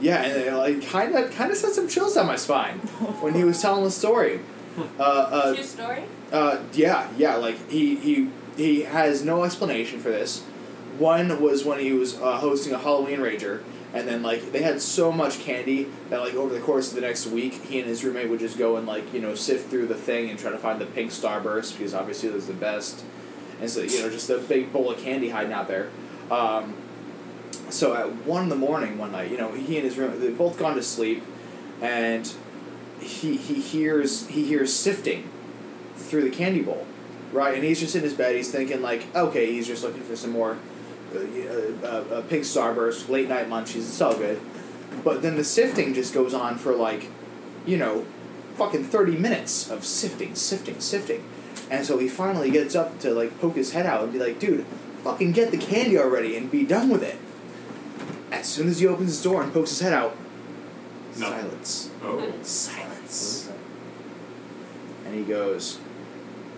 A: yeah, and it like kind of kind of sent some chills down my spine when he was telling the story. Uh, uh,
D: True story.
A: Uh, yeah, yeah. Like he he he has no explanation for this. One was when he was uh, hosting a Halloween rager, and then like they had so much candy that like over the course of the next week, he and his roommate would just go and like you know sift through the thing and try to find the pink starburst because obviously those are the best, and so you know just a big bowl of candy hiding out there. Um, so at one in the morning one night, you know he and his roommate they've both gone to sleep, and he he hears he hears sifting through the candy bowl, right? And he's just in his bed. He's thinking like, okay, he's just looking for some more uh, uh, uh, pink starburst, late night munchies. It's all good. But then the sifting just goes on for like, you know, fucking thirty minutes of sifting, sifting, sifting, and so he finally gets up to like poke his head out and be like, dude, fucking get the candy already and be done with it. As soon as he opens his door and pokes his head out,
C: Nothing.
A: silence,
C: Oh.
B: Hmm.
A: silence. And he goes,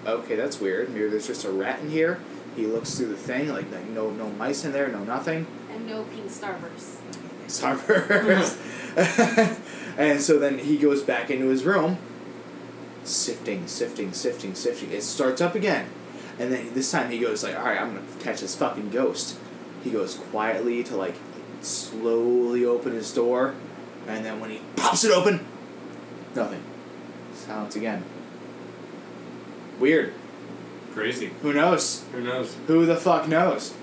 A: "Okay, that's weird. Maybe there's just a rat in here." He looks through the thing, like like, no no mice in there, no nothing.
D: And no pink starburst.
A: Starburst. and so then he goes back into his room, sifting, sifting, sifting, sifting. It starts up again, and then this time he goes like, "All right, I'm gonna catch this fucking ghost." He goes quietly to like slowly open his door, and then when he pops it open, nothing. Silence again. Weird.
C: Crazy.
A: Who knows?
C: Who knows?
A: Who the fuck knows?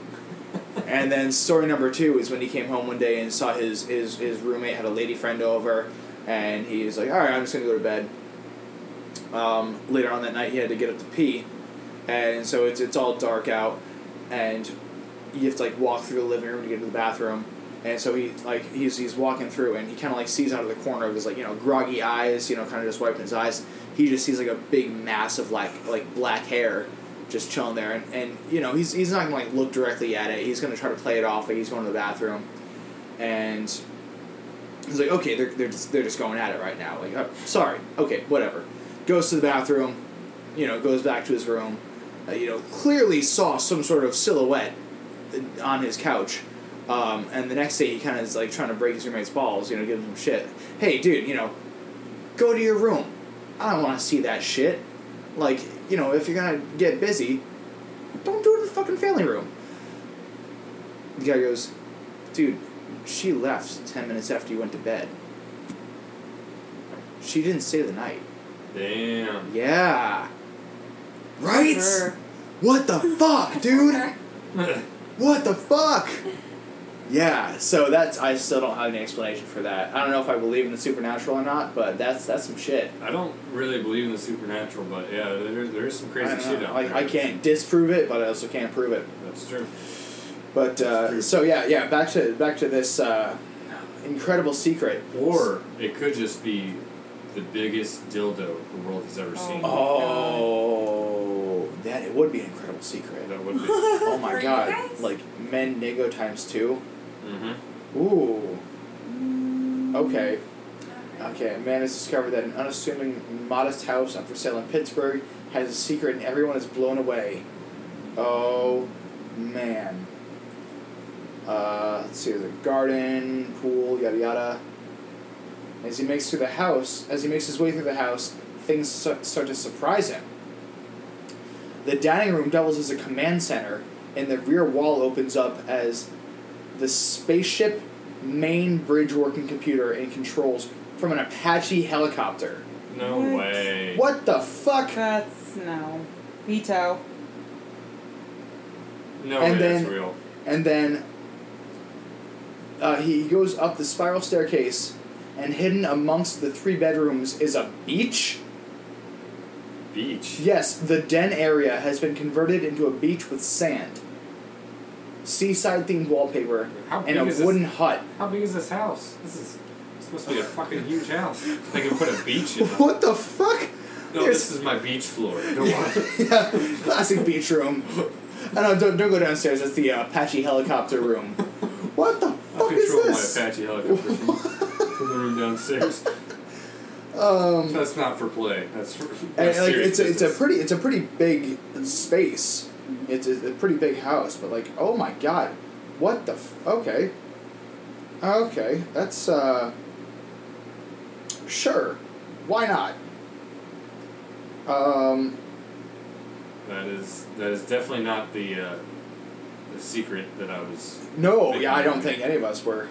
A: and then story number two is when he came home one day and saw his his, his roommate had a lady friend over, and he's like, "All right, I'm just gonna go to bed." Um, later on that night, he had to get up to pee, and so it's it's all dark out, and you have to like walk through the living room to get to the bathroom. And so he like he's he's walking through and he kind of like sees out of the corner of his like you know groggy eyes you know kind of just wiping his eyes he just sees like a big mass of like like black hair just chilling there and, and you know he's he's not gonna like look directly at it he's gonna try to play it off like he's going to the bathroom and he's like okay they're they're just they're just going at it right now like oh, sorry okay whatever goes to the bathroom you know goes back to his room uh, you know clearly saw some sort of silhouette on his couch. Um, and the next day, he kind of is like trying to break his roommate's balls, you know, give him some shit. Hey, dude, you know, go to your room. I don't want to see that shit. Like, you know, if you're gonna get busy, don't do it in the fucking family room. The guy goes, dude, she left ten minutes after you went to bed. She didn't stay the night.
C: Damn.
A: Yeah. Right?
B: Sure.
A: What the fuck, dude? What the fuck? Yeah, so that's I still don't have any explanation for that. I don't know if I believe in the supernatural or not, but that's that's some shit.
C: I don't really believe in the supernatural, but yeah, there, there is some crazy
A: I don't
C: shit
A: know.
C: out
A: Like,
C: there.
A: I can't disprove it, but I also can't prove it.
C: That's true.
A: But
C: That's
A: uh,
C: true.
A: so yeah, yeah. Back to back to this uh, incredible secret.
C: Or it could just be the biggest dildo the world has ever seen.
A: Oh, that it would be an incredible secret.
C: That would be. mm-hmm.
A: Oh my
D: For you
A: god!
D: guys?
A: Like men nigo times two.
C: Mm-hmm.
A: Ooh. Okay. Okay, a man has discovered that an unassuming, modest house up for sale in Pittsburgh has a secret and everyone is blown away. Oh, man. Uh, let's see, there's a garden, pool, yada yada. As he makes through the house, as he makes his way through the house, things su- start to surprise him. The dining room doubles as a command center, and the rear wall opens up as the spaceship main bridge working computer and controls from an Apache helicopter.
C: No
B: What?
C: way.
A: What the fuck?
B: That's no. Veto.
C: No
A: And
C: way.
A: then-
C: that's real.
A: And then uh, he goes up the spiral staircase, and hidden amongst the three bedrooms is a beach.
C: Beach.
A: Yes, the den area has been converted into a beach with sand. seaside themed wallpaper
C: How big
A: and a
C: is this?
A: wooden hut.
C: How big is this house? This is this must be a fucking huge house. They can put a beach in.
A: What the fuck?
C: No, this is my beach floor. Don't worry.
A: yeah, classic beach room. I don't, Oh, don't don't go downstairs. That's the uh, Apache helicopter room. What the
C: I'll
A: fuck is
C: control
A: this?
C: my Apache helicopter from, from the room downstairs.
A: Um,
C: That's not for play. That's for
A: and,
C: that's
A: like it's
C: serious
A: a, it's a
C: business.
A: pretty it's a pretty big space. It's a, a pretty big house, but like oh my god, what the f- okay, okay that's uh sure, why not? Um,
C: That is that is definitely not the uh, the secret that I was.
A: no, yeah, I don't think any of us were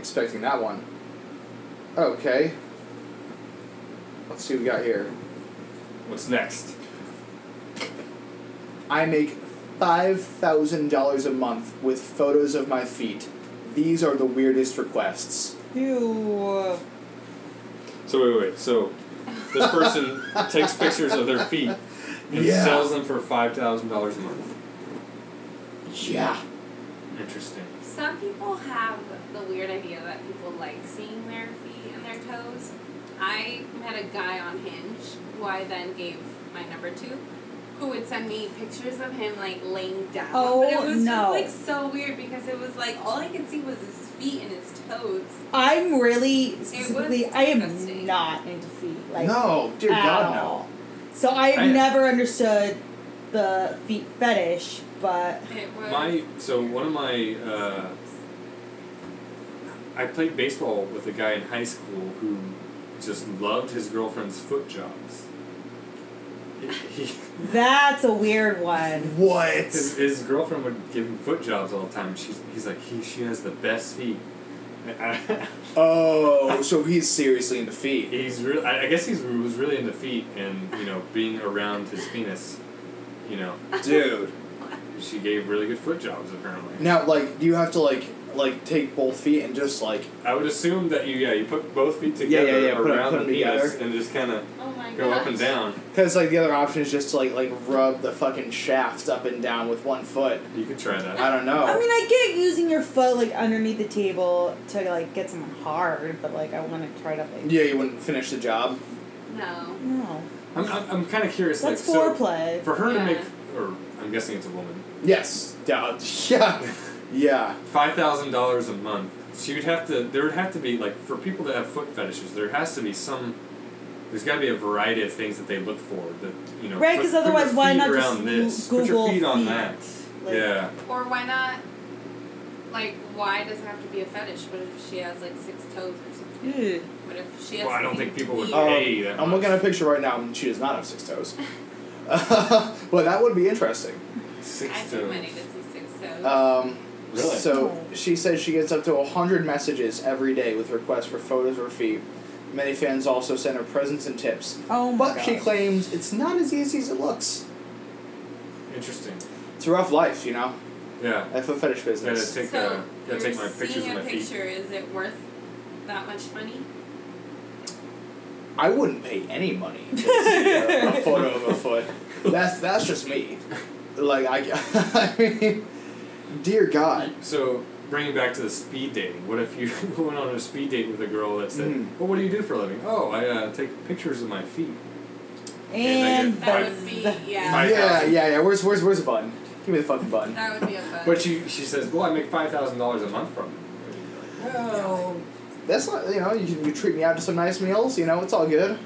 A: expecting that one. Okay, let's see what we got here.
C: What's next?
A: I make five thousand dollars a month with photos of my feet. These are the weirdest requests.
B: Ew.
C: So wait, wait. wait. So this person takes pictures of their feet and
A: Yeah.
C: sells them for five thousand dollars a month.
A: Yeah.
C: Interesting.
D: Some people have the weird idea that people like seeing their feet and their toes. I met a guy on Hinge who I then gave my number to, who would send me pictures of him like laying down.
B: Oh,
D: but it was
B: no.
D: just like so weird because it was like all I could see was his feet and his toes.
B: I'm really
D: was
B: specifically. I am
D: disgusting.
B: not into feet. Like
A: no, dear
B: at
A: God,
B: all. So I've
C: I-
B: never understood the feet fetish, but
D: It was
C: My so one of my uh, I played baseball with a guy in high school who just loved his girlfriend's foot jobs. He, he-
B: that's a weird
A: no.
B: one.
A: What?
C: his, his girlfriend would give him foot jobs all the time. She's he's like he she has the best feet. I- I-
A: Oh, so he's seriously into feet.
C: he's really I I guess he was really into feet and you know being around his penis. You know
A: Dude.
C: she gave really good foot jobs apparently.
A: Now like do you have to like like take both feet and just like
C: I would assume that you yeah you put both feet
A: Yeah, yeah,
C: together
A: yeah, put 'em-
C: around
A: put
C: the
A: 'em
C: penis
A: together.
C: and just kind of
D: oh my
C: go up
D: gosh.
C: and down.
A: cuz like the other option is just to like like rub the fucking shaft up and down with one foot.
C: You could try that.
A: I don't
C: Oh.
B: I
A: know.
B: mean, I get using your foot like underneath the table to like get someone hard, but like I want to try to like
A: Yeah, you wouldn't finish the job.
D: No.
B: no,
C: I'm I'm, I'm kind of curious
B: that's
C: like so
B: foreplay.
C: for her to
D: Yeah.
C: make or I'm guessing it's a woman
A: Yes. Yeah. Yeah. Yeah.
C: five thousand dollars a month. She would have to there would have to be like for people that have foot fetishes there has to be some. There's got to be a variety of things that they look for that you know.
B: Right,
C: Because
B: because otherwise,
C: put your
B: why
C: feet
B: not just
C: around this?
B: Google
C: put your feet on that.
B: Like,
C: yeah.
D: Or why not? Like, why does it have to be a fetish? What if she has like six toes or something?
B: ew.
D: What if she has?
C: Well, I don't
D: feet?
C: think people would
A: Um,
C: pay that.
A: I'm
C: much.
A: looking at a picture right now, and she does not have six toes. well, that would be interesting.
D: I
C: six
D: think
C: to
D: my name is six toes.
A: Um,
C: Really?
A: So she says she gets up to hundred messages every day with requests for photos of her feet. Many fans also send her presents and tips,
B: Oh my
A: but she
B: God.
A: claims it's not as easy as it looks.
C: interesting.
A: It's a rough life, you know.
C: Yeah.
A: That's a fetish
C: Gotta
A: business.
C: take
D: so
C: uh, gotta
D: you're
C: take my pictures
D: seeing
C: of
D: a
C: my feet.
D: picture. Is it worth that much money?
A: I wouldn't pay any money to see a, a photo of a foot. That's that's just me. Like I, I mean, dear God.
C: So bringing back to the speed dating, what if you went on a speed date with a girl that said,
A: Mm.
C: "Well, what do you do for a living?" Oh, I uh, take pictures of my feet.
B: and
C: That
D: That
C: Five-
D: would be
B: buzz.
D: yeah.
C: Five
A: Yeah,
C: thousand.
A: yeah, yeah. Where's where's where's the button? Give me the fucking button.
D: That would be a fun.
C: But she she says, "Well, I make five thousand dollars a month from." it." Well,
A: That's not you know you, you treat me out to some nice meals. You know it's all good.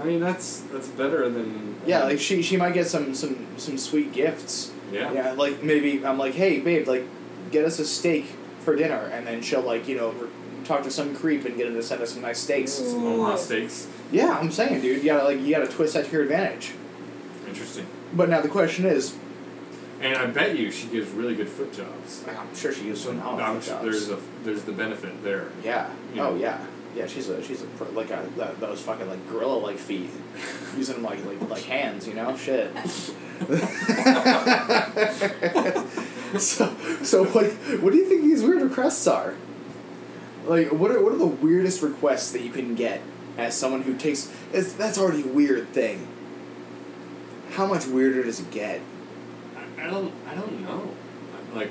C: I mean that's that's better than
A: Yeah, like she she might get some some some sweet gifts.
C: yeah.
A: like maybe I'm like, hey babe, like get us a steak for dinner, and then she'll like you know. Re- Talk to some creep and get him to send us some nice steaks.
B: Ooh.
C: Some Omaha steaks.
A: Yeah, I'm saying, dude, you gotta like you gotta twist that to your advantage.
C: Interesting.
A: But now the question is,
C: And I bet you she gives really good foot jobs.
A: I'm sure she used some
C: I'm sure there's a there's the benefit there.
A: Yeah.
C: Yeah.
A: Oh yeah. Yeah, she's a she's a pro- like a that, those fucking like gorilla like feet, using them like like like hands, you know, shit. so so what what do you think these weird requests are? Like what are what are the weirdest requests that you can get as someone who takes it's, that's already a weird thing. How much weirder does it get?
C: I- I don't. I don't know. I'm Like,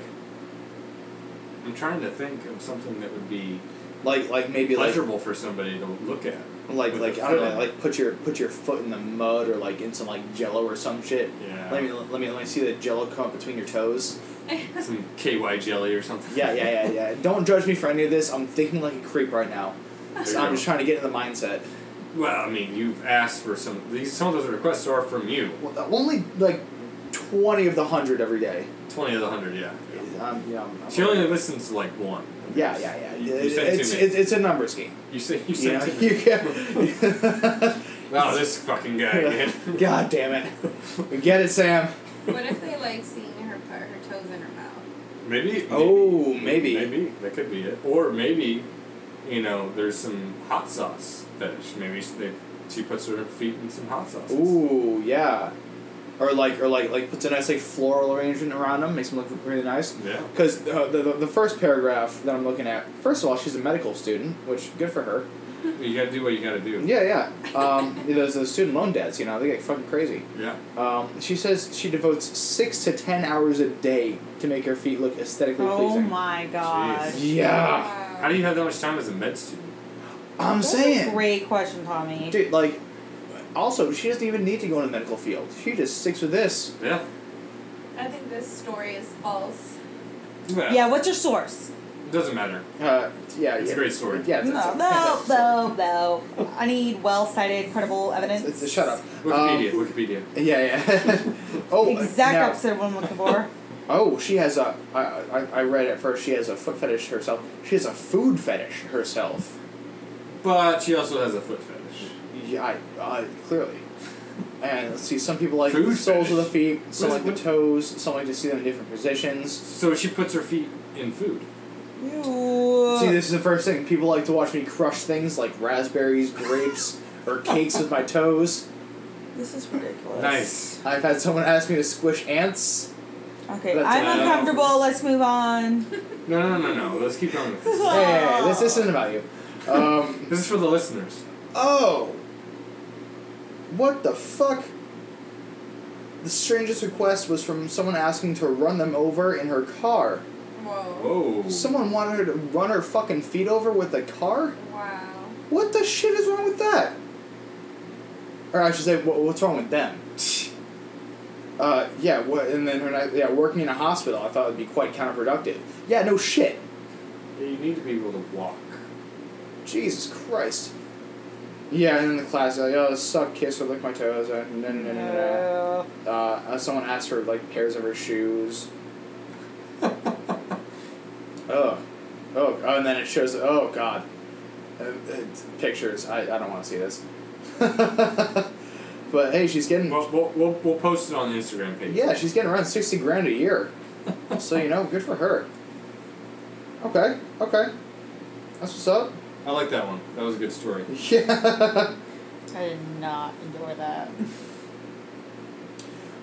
C: I'm trying to think of something that would be
A: Like like maybe like
C: pleasurable for somebody to look at.
A: like
C: with
A: like
C: the
A: I don't
C: film.
A: know like put your put your foot in the mud or like in some like jello or some shit.
C: Yeah.
A: Let me let me let me see the jello come up between your toes.
C: Some KY jelly or something.
A: Yeah yeah yeah yeah. Don't judge me for any of this. I'm thinking like a creep right now.
C: There you
A: So I'm
C: go.
A: just trying to get in the mindset.
C: Well, I mean, you've asked for some. These some of those requests are from you.
A: Well, only like twenty of the hundred every day.
C: Twenty of the hundred, yeah.
A: Um, you know, I'm- I'm-
C: She only listens to like one.
A: yeah, yeah, yeah.
C: You, you
A: It-
C: sent
A: it's,
C: to me.
A: it's it's a numbers game.
C: you said
A: You
C: you sent
A: know,
C: to me.
A: you can.
C: Wow, this fucking guy again.
A: God damn it! We get it, Sam.
D: What if they like seeing her put her toes in her mouth?
C: Maybe. maybe-
A: Oh, maybe.
C: Maybe that could be it. Or maybe, you know, there's some hot sauce fetish. Maybe she, they, she puts her feet in some hot sauce.
A: Ooh, yeah. Or like, or like, like puts a nice like floral arrangement around them, makes them look really nice.
C: Yeah.
A: Because uh, the, the the first paragraph that I'm looking at, first of all, she's a medical student, which good for her.
C: You gotta do what you gotta do.
A: Yeah, yeah. Um, those those student loan debts, you know, they get fucking crazy.
C: Yeah.
A: Um, she says she devotes six to ten hours a day to make her feet look aesthetically
B: Oh
A: pleasing.
B: my gosh.
C: Jeez.
A: Yeah,
C: Ah, How do you have that much time as a med student?
A: I'm
B: That's
A: saying,
B: A great question, Tommy.
A: dude. Like, also, she doesn't even need to go in the medical field. She just sticks with this.
C: Yeah.
D: I think this story is false.
C: Well,
B: Yeah, what's your source?
C: Doesn't matter.
A: Uh, yeah,
C: It's
A: yeah.
C: a great story.
A: Yeah, it's, it's
B: no,
A: a
B: no,
A: fantastic story.
B: no, no. I need well cited, credible evidence.
A: It's, it's, shut up.
C: Wikipedia.
A: Um,
C: Wikipedia.
A: yeah, yeah. oh,
B: exact
A: now-
B: opposite of what I'm looking for.
A: Oh, she has a. I, I, I read it first. She has a foot fetish herself. She has a food fetish herself.
C: But she also has a foot fetish.
A: Yeah, I, uh, clearly. And let's see, some people like
C: Food
A: the soles of the
C: fetish?
A: feet, some
C: What
A: like
C: is-
A: the
C: what-
A: toes, some like to see them in different positions.
C: So she puts her feet in food.
B: Ew.
A: See, this is the first thing. People like to watch me crush things like raspberries, grapes, or cakes with my toes.
B: This is ridiculous.
C: Nice.
A: I've had someone ask me to squish ants.
B: Okay,
A: That's
B: I'm
C: enough.
B: uncomfortable. Let's move on.
C: No, no, no, no. Let's keep going with this.
A: Hey, hey, hey, this isn't about you. Um,
C: This is for the listeners.
A: Oh! What the fuck? The strangest request was from someone asking to run them over in her car.
D: Whoa.
C: Whoa.
A: Someone wanted her to run her fucking feet over with a car?
D: Wow.
A: What the shit is wrong with that? Or I should say, wha- what's wrong with them? Uh, yeah, what, and then her, ni- yeah, working in a hospital, I thought would be quite counterproductive. Yeah, no shit.
C: Yeah, you need to be able to walk.
A: Jesus Christ. Yeah, and then the class, like, oh, suck, kiss, or lick my toes, uh, no, no, no, no, no. no. uh,
B: No.
A: uh, someone asked for like pairs of her shoes. oh, oh, oh, and then it shows. Oh God, uh, it's pictures. I, I don't want to see this. but hey, she's getting
C: We'll, we'll, we'll, we'll post it on the Instagram page.
A: yeah, she's getting around sixty grand a year. so you know, good for her. Okay, okay, that's what's up.
C: I like that one. That was a good story.
A: Yeah.
B: I did not endure that.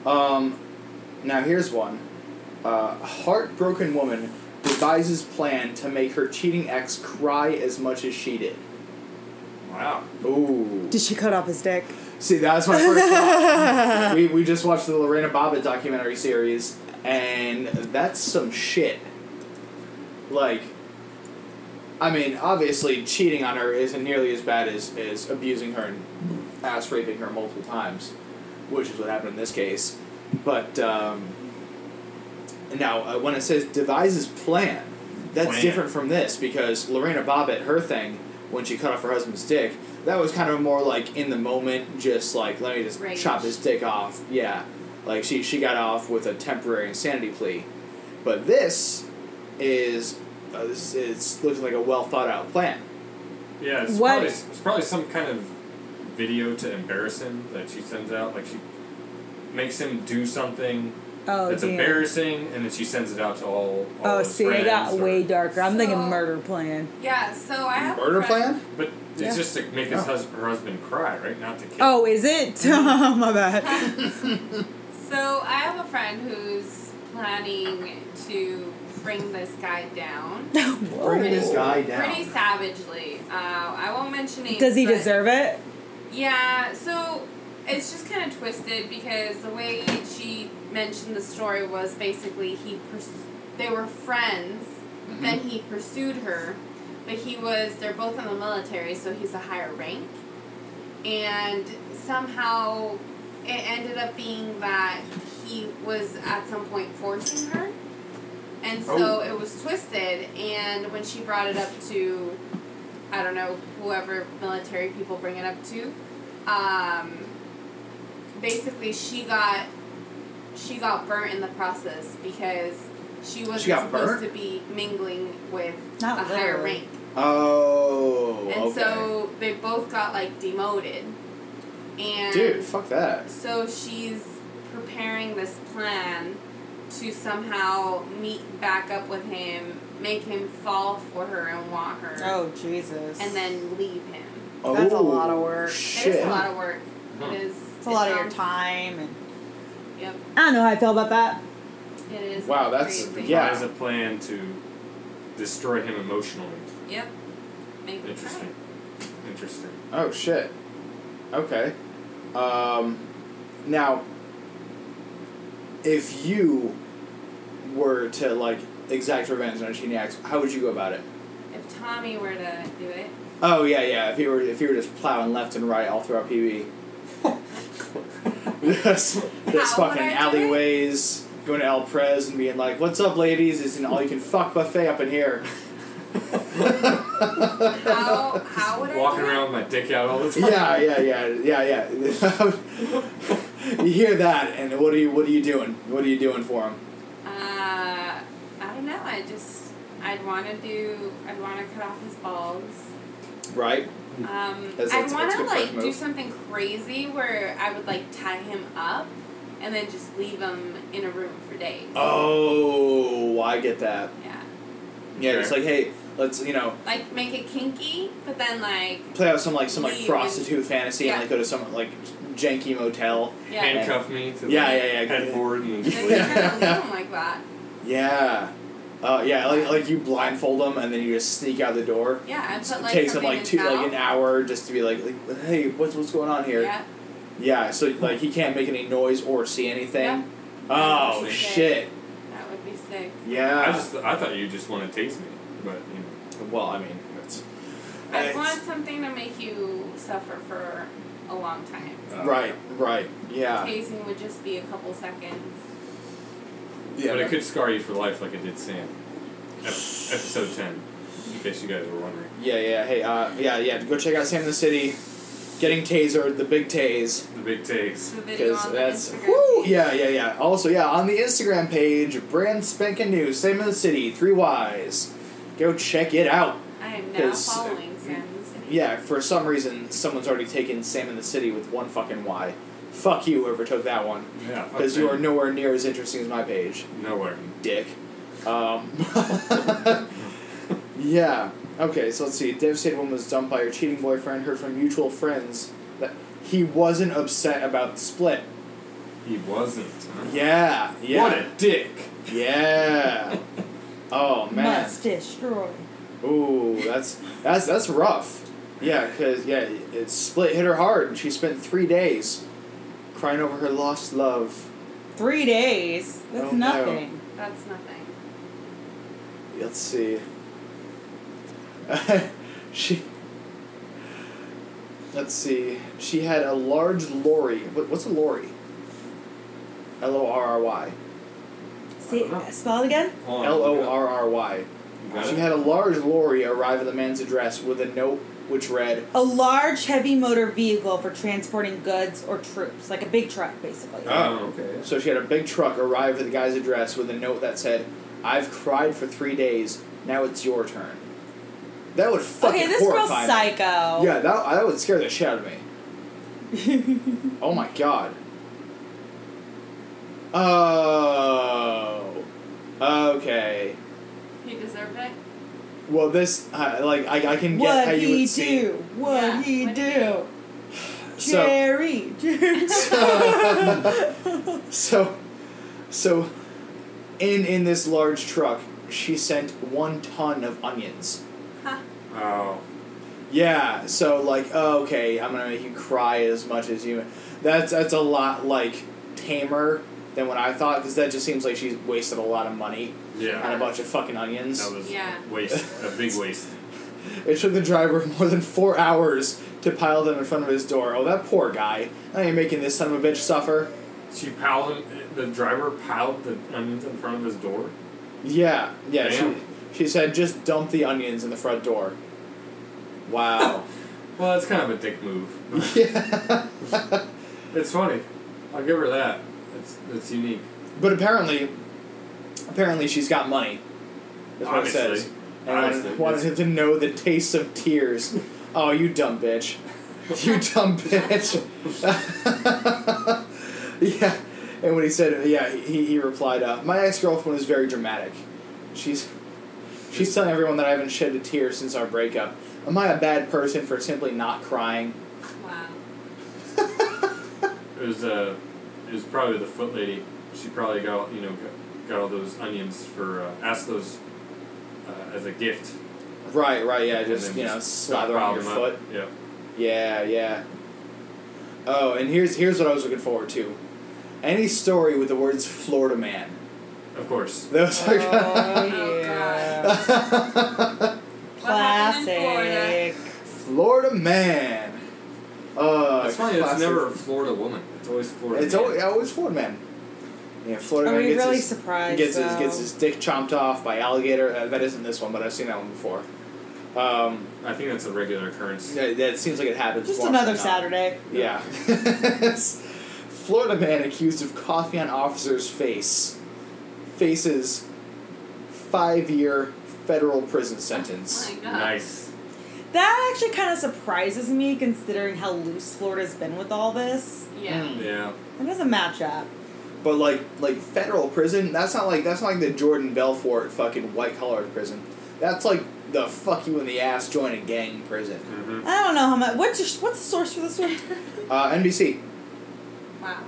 A: Um, now here's one. Uh, heartbroken woman devises plan to make her cheating ex cry as much as she did.
C: Wow.
A: Ooh.
B: Did she cut off his dick?
A: See, that's my first thought. we, we just watched the Lorena Bobbitt documentary series, and that's some shit. Like, I mean, obviously, cheating on her isn't nearly as bad as, as abusing her and ass raping her multiple times, which is what happened in this case. But, um, now, uh, when it says devises plan, that's
C: Plan.
A: different from this because Lorena Bobbitt, her thing, when she cut off her husband's dick, that was kind of more like in the moment, just like let me just
D: Rage.
A: chop his dick off. Yeah, like she she got off with a temporary insanity plea, but this is uh, this is looking like a well thought out plan.
C: Yeah, it's
B: What-
C: probably it's probably some kind of video to embarrass him that she sends out. Like she makes him do something
B: Oh,
C: that's
B: damn.
C: embarrassing, and then she sends it out to all. all
B: Oh,
C: his
B: see, it got
C: friends or-
B: way darker. I'm thinking
D: So-
B: murder plan.
D: Yeah, so I have
A: Murder
D: a friend.
A: plan?
C: But it's
B: Yeah.
C: just to make his
A: Oh.
C: hus- her husband cry, right? Not to kill.
B: Oh, is it? Oh, My bad.
D: So I have a friend who's planning to bring this guy down
A: Bring this guy
D: pretty
A: down.
D: savagely. Uh, I won't mention names.
B: Does he
D: but-
B: deserve it?
D: Yeah, so it's just kind of twisted because the way she mentioned the story was basically he pers- they were friends, then he pursued her, but he was they're both in the military, so he's a higher rank, and somehow it ended up being that he was at some point forcing her. And
A: Oh.
D: so it was twisted, and when she brought it up to, I don't know, whoever military people bring it up to, um, basically she got she got burnt in the process because she wasn't
A: She got
D: supposed
A: burnt?
D: to be mingling with
B: Not
D: a higher
B: literally.
D: rank.
A: Oh.
D: And
A: okay.
D: so they both got like demoted. And
A: Dude, fuck that.
D: so she's preparing this plan to somehow meet back up with him, make him fall for her and want her,
B: Oh Jesus.
D: and then leave him.
B: That's a
A: Oh,
B: lot of work. It is
A: Shit.
D: It is a lot of work.
C: Huh.
D: It is.
B: it's a lot of your
D: sounds-
B: time, and
D: Yep.
B: I don't know how I feel about that.
D: It is.
A: Wow, that's-
D: crazy.
A: yeah.
C: Has a plan to destroy him emotionally.
D: Yep. Make him
C: Interesting. Interesting.
A: Oh shit. Okay. Um, now, if you were to like exact revenge on Cheniax, how would you go about it?
D: cry. If Tommy were to do it,
A: Oh yeah, yeah. If you were if you were just plowing left and right all throughout PB, this this
D: How would
A: fucking
D: I do it?
A: alleyways, going to El Pres and being like, "What's up, ladies? It's an all you can fuck buffet up in here."
D: how how would I
C: Walking
D: do it?
C: around with my dick out all the time.
A: Yeah, yeah, yeah, yeah, yeah. you hear that, and what are you? What are you doing? What are you doing for him?
D: Uh, I don't know. I just I'd want to do. I'd want to cut off his balls.
A: Right?
D: Um,
A: Mm-hmm. That's-
D: I
A: that's-
D: want
A: that's a
D: to
A: good first
D: like do
A: move.
D: something crazy where I would like tie him up and then just leave him in a room for days.
A: Oh, I get that.
D: Yeah,
A: Yeah,
C: Okay.
A: it's like, hey, let's you know
D: like make it kinky, but then like
A: play out some like some like
D: Leave and-
A: prostitute fantasy
D: Yeah.
A: and like go to some like janky motel.
D: yeah,
C: Handcuff me to the
A: Yeah, yeah, yeah.
C: headboard and then
D: then
C: sleep.
D: you kind of leave him like that.
A: Yeah. Uh, yeah, like like you blindfold them and then you just sneak out the door.
D: Yeah, and put
A: it
D: like
A: takes them
D: something in
A: like
D: his
A: two like
D: mouth.
A: an hour just to be like, like hey, what's what's going on here?
D: Yeah,
A: Yeah, so like he can't make any noise or see
D: Yeah.
A: anything. Oh
D: Interesting.
A: shit!
D: that would be sick.
A: Yeah.
C: I just I thought you just want to taste me, but you know.
A: well, I mean, it's,
D: I
A: it's-
D: want something to make you suffer for a long time.
C: uh,
A: right, right, yeah,
D: Tasing would just be a couple seconds.
A: yeah.
C: but it could scar you for life like it did Sam. Ep- episode ten. In case you guys were wondering.
A: Yeah, yeah. Hey, uh, yeah, yeah. Go check out Sam in the City. Getting tasered, the big tase.
C: The big takes.
D: The video
A: Because
D: on the
A: that's
D: Instagram.
A: woo, yeah, yeah, yeah. Also, yeah, on the Instagram page, brand spanking new, Sam in the City, three Ys. Go check it out.
D: I am now
A: 'Cause,
D: following Sam in the City.
A: Yeah, for some reason, someone's already taken Sam in the City with one fucking Y. Fuck you, whoever took that one,
C: Yeah. fuck
A: because you
C: them.
A: are nowhere near as interesting as my page.
C: nowhere.
A: dick. Um,
C: Um,
A: yeah. Okay, so let's see. Devastated woman was dumped by her cheating boyfriend. Heard from mutual friends that he wasn't upset about the split.
C: He wasn't. huh?
A: Yeah. Yeah.
C: What a dick.
A: yeah. Oh man.
B: Must destroy.
A: Ooh, that's that's that's rough. Yeah, cause yeah, it it split hit her hard, and she spent three days crying over her lost love.
B: Three days. That's
A: Oh, no.
B: nothing.
D: That's nothing.
A: Let's see. she. Let's see. She had a large lorry. What, what's a lorry? L O R R Y.
B: See,
C: Uh-huh.
B: spell it again.
C: Hold on,
A: L
C: look
A: O
C: it up.
A: R R Y.
C: You got
A: She
C: it?
A: had a large lorry arrive at the man's address with a note which read,
B: A large heavy motor vehicle for transporting goods or troops, like a big truck, basically.
A: Oh.
C: Oh, okay.
A: So she had a big truck arrive at the guy's address with a note that said, I've cried for three days, now it's your turn. That would fucking
B: okay, this girl's
A: horrify me.
B: psycho.
A: Yeah, that, that would scare the shit out of me. Oh my god. Oh. Okay.
D: He deserved it.
A: Well, this I like I, I can get how
B: what
A: you
B: he
A: would see.
B: do? What
D: Yeah,
B: he
D: what he
B: do?
A: So
B: Jerry. Jerry.
A: so so in in this large truck, she sent one ton of onions.
D: Huh.
C: Oh.
A: Yeah. So like, oh, okay, I'm gonna make you cry as much as you. That's that's a lot like tamer than what I thought because that just seems like she's wasted a lot of money
C: Yeah.
A: on a bunch of fucking onions.
C: That was
D: Yeah.
C: a waste, a big waste.
A: It took the driver more than four hours to pile them in front of his door. Oh, that poor guy. Now you're making this son of a bitch suffer.
C: She piled him, the driver piled the onions in front of his door.
A: Yeah, yeah. She,
C: Damn.
A: she said, just dump the onions in the front door. Wow.
C: Well, that's kind of a dick move.
A: yeah.
C: it's funny. I'll give her that. It's it's unique.
A: but apparently, apparently she's got money. That's what it
C: Obviously.
A: says. And
C: Obviously.
A: wanted, wanted him to know the taste of tears. oh, you dumb bitch. You dumb bitch. yeah. And when he said, yeah, he, he replied, uh, my ex girlfriend was very dramatic. She's she's telling everyone that I haven't shed a tear since our breakup. Am I a bad person for simply not crying?
D: Wow.
C: It was uh, it was probably the foot lady. She probably got you know got, got all those onions for uh, asked those uh, as a gift.
A: Right, right, yeah,
C: And
A: just,
C: then
A: you know,
C: just
A: slather on
C: piled
A: your
C: them
A: foot.
C: Up. Yeah.
A: Yeah, yeah. Oh, and here's here's what I was looking forward to. Any story with the words Florida man.
C: Of course.
A: Those are
D: Oh,
B: yeah.
D: God.
B: Oh,
D: What happened in Florida?
B: Classic.
A: Florida man. Uh
C: It's funny. It's
A: classic.
C: never a Florida woman. It's always Florida.
A: It's
C: man.
A: always, always Florida man. Yeah, Florida
B: Are
A: man
B: we
A: gets
B: really
A: his
B: surprised?
A: gets his,
B: though?
A: gets his dick chomped off by alligator. Uh, that isn't this one, but I've seen that one before. Um,
C: I think that's a regular occurrence.
A: yeah, that seems like it happens.
B: Just
A: more
B: another
A: often than not.
B: Saturday.
A: Yeah. Florida man accused of coffee on officer's face faces five year federal prison sentence.
D: Oh my God.
C: Nice.
B: That actually kind of surprises me, considering how loose Florida's been with all this.
D: Yeah.
A: Mm.
C: Yeah.
B: That doesn't match up.
A: But like like federal prison, that's not like that's not like the Jordan Belfort fucking white collar prison. That's like the fuck you in the ass join a gang prison.
C: Mm-hmm.
B: I don't know how much. What's your, what's the source for this one?
A: Uh, NBC.
D: Wow.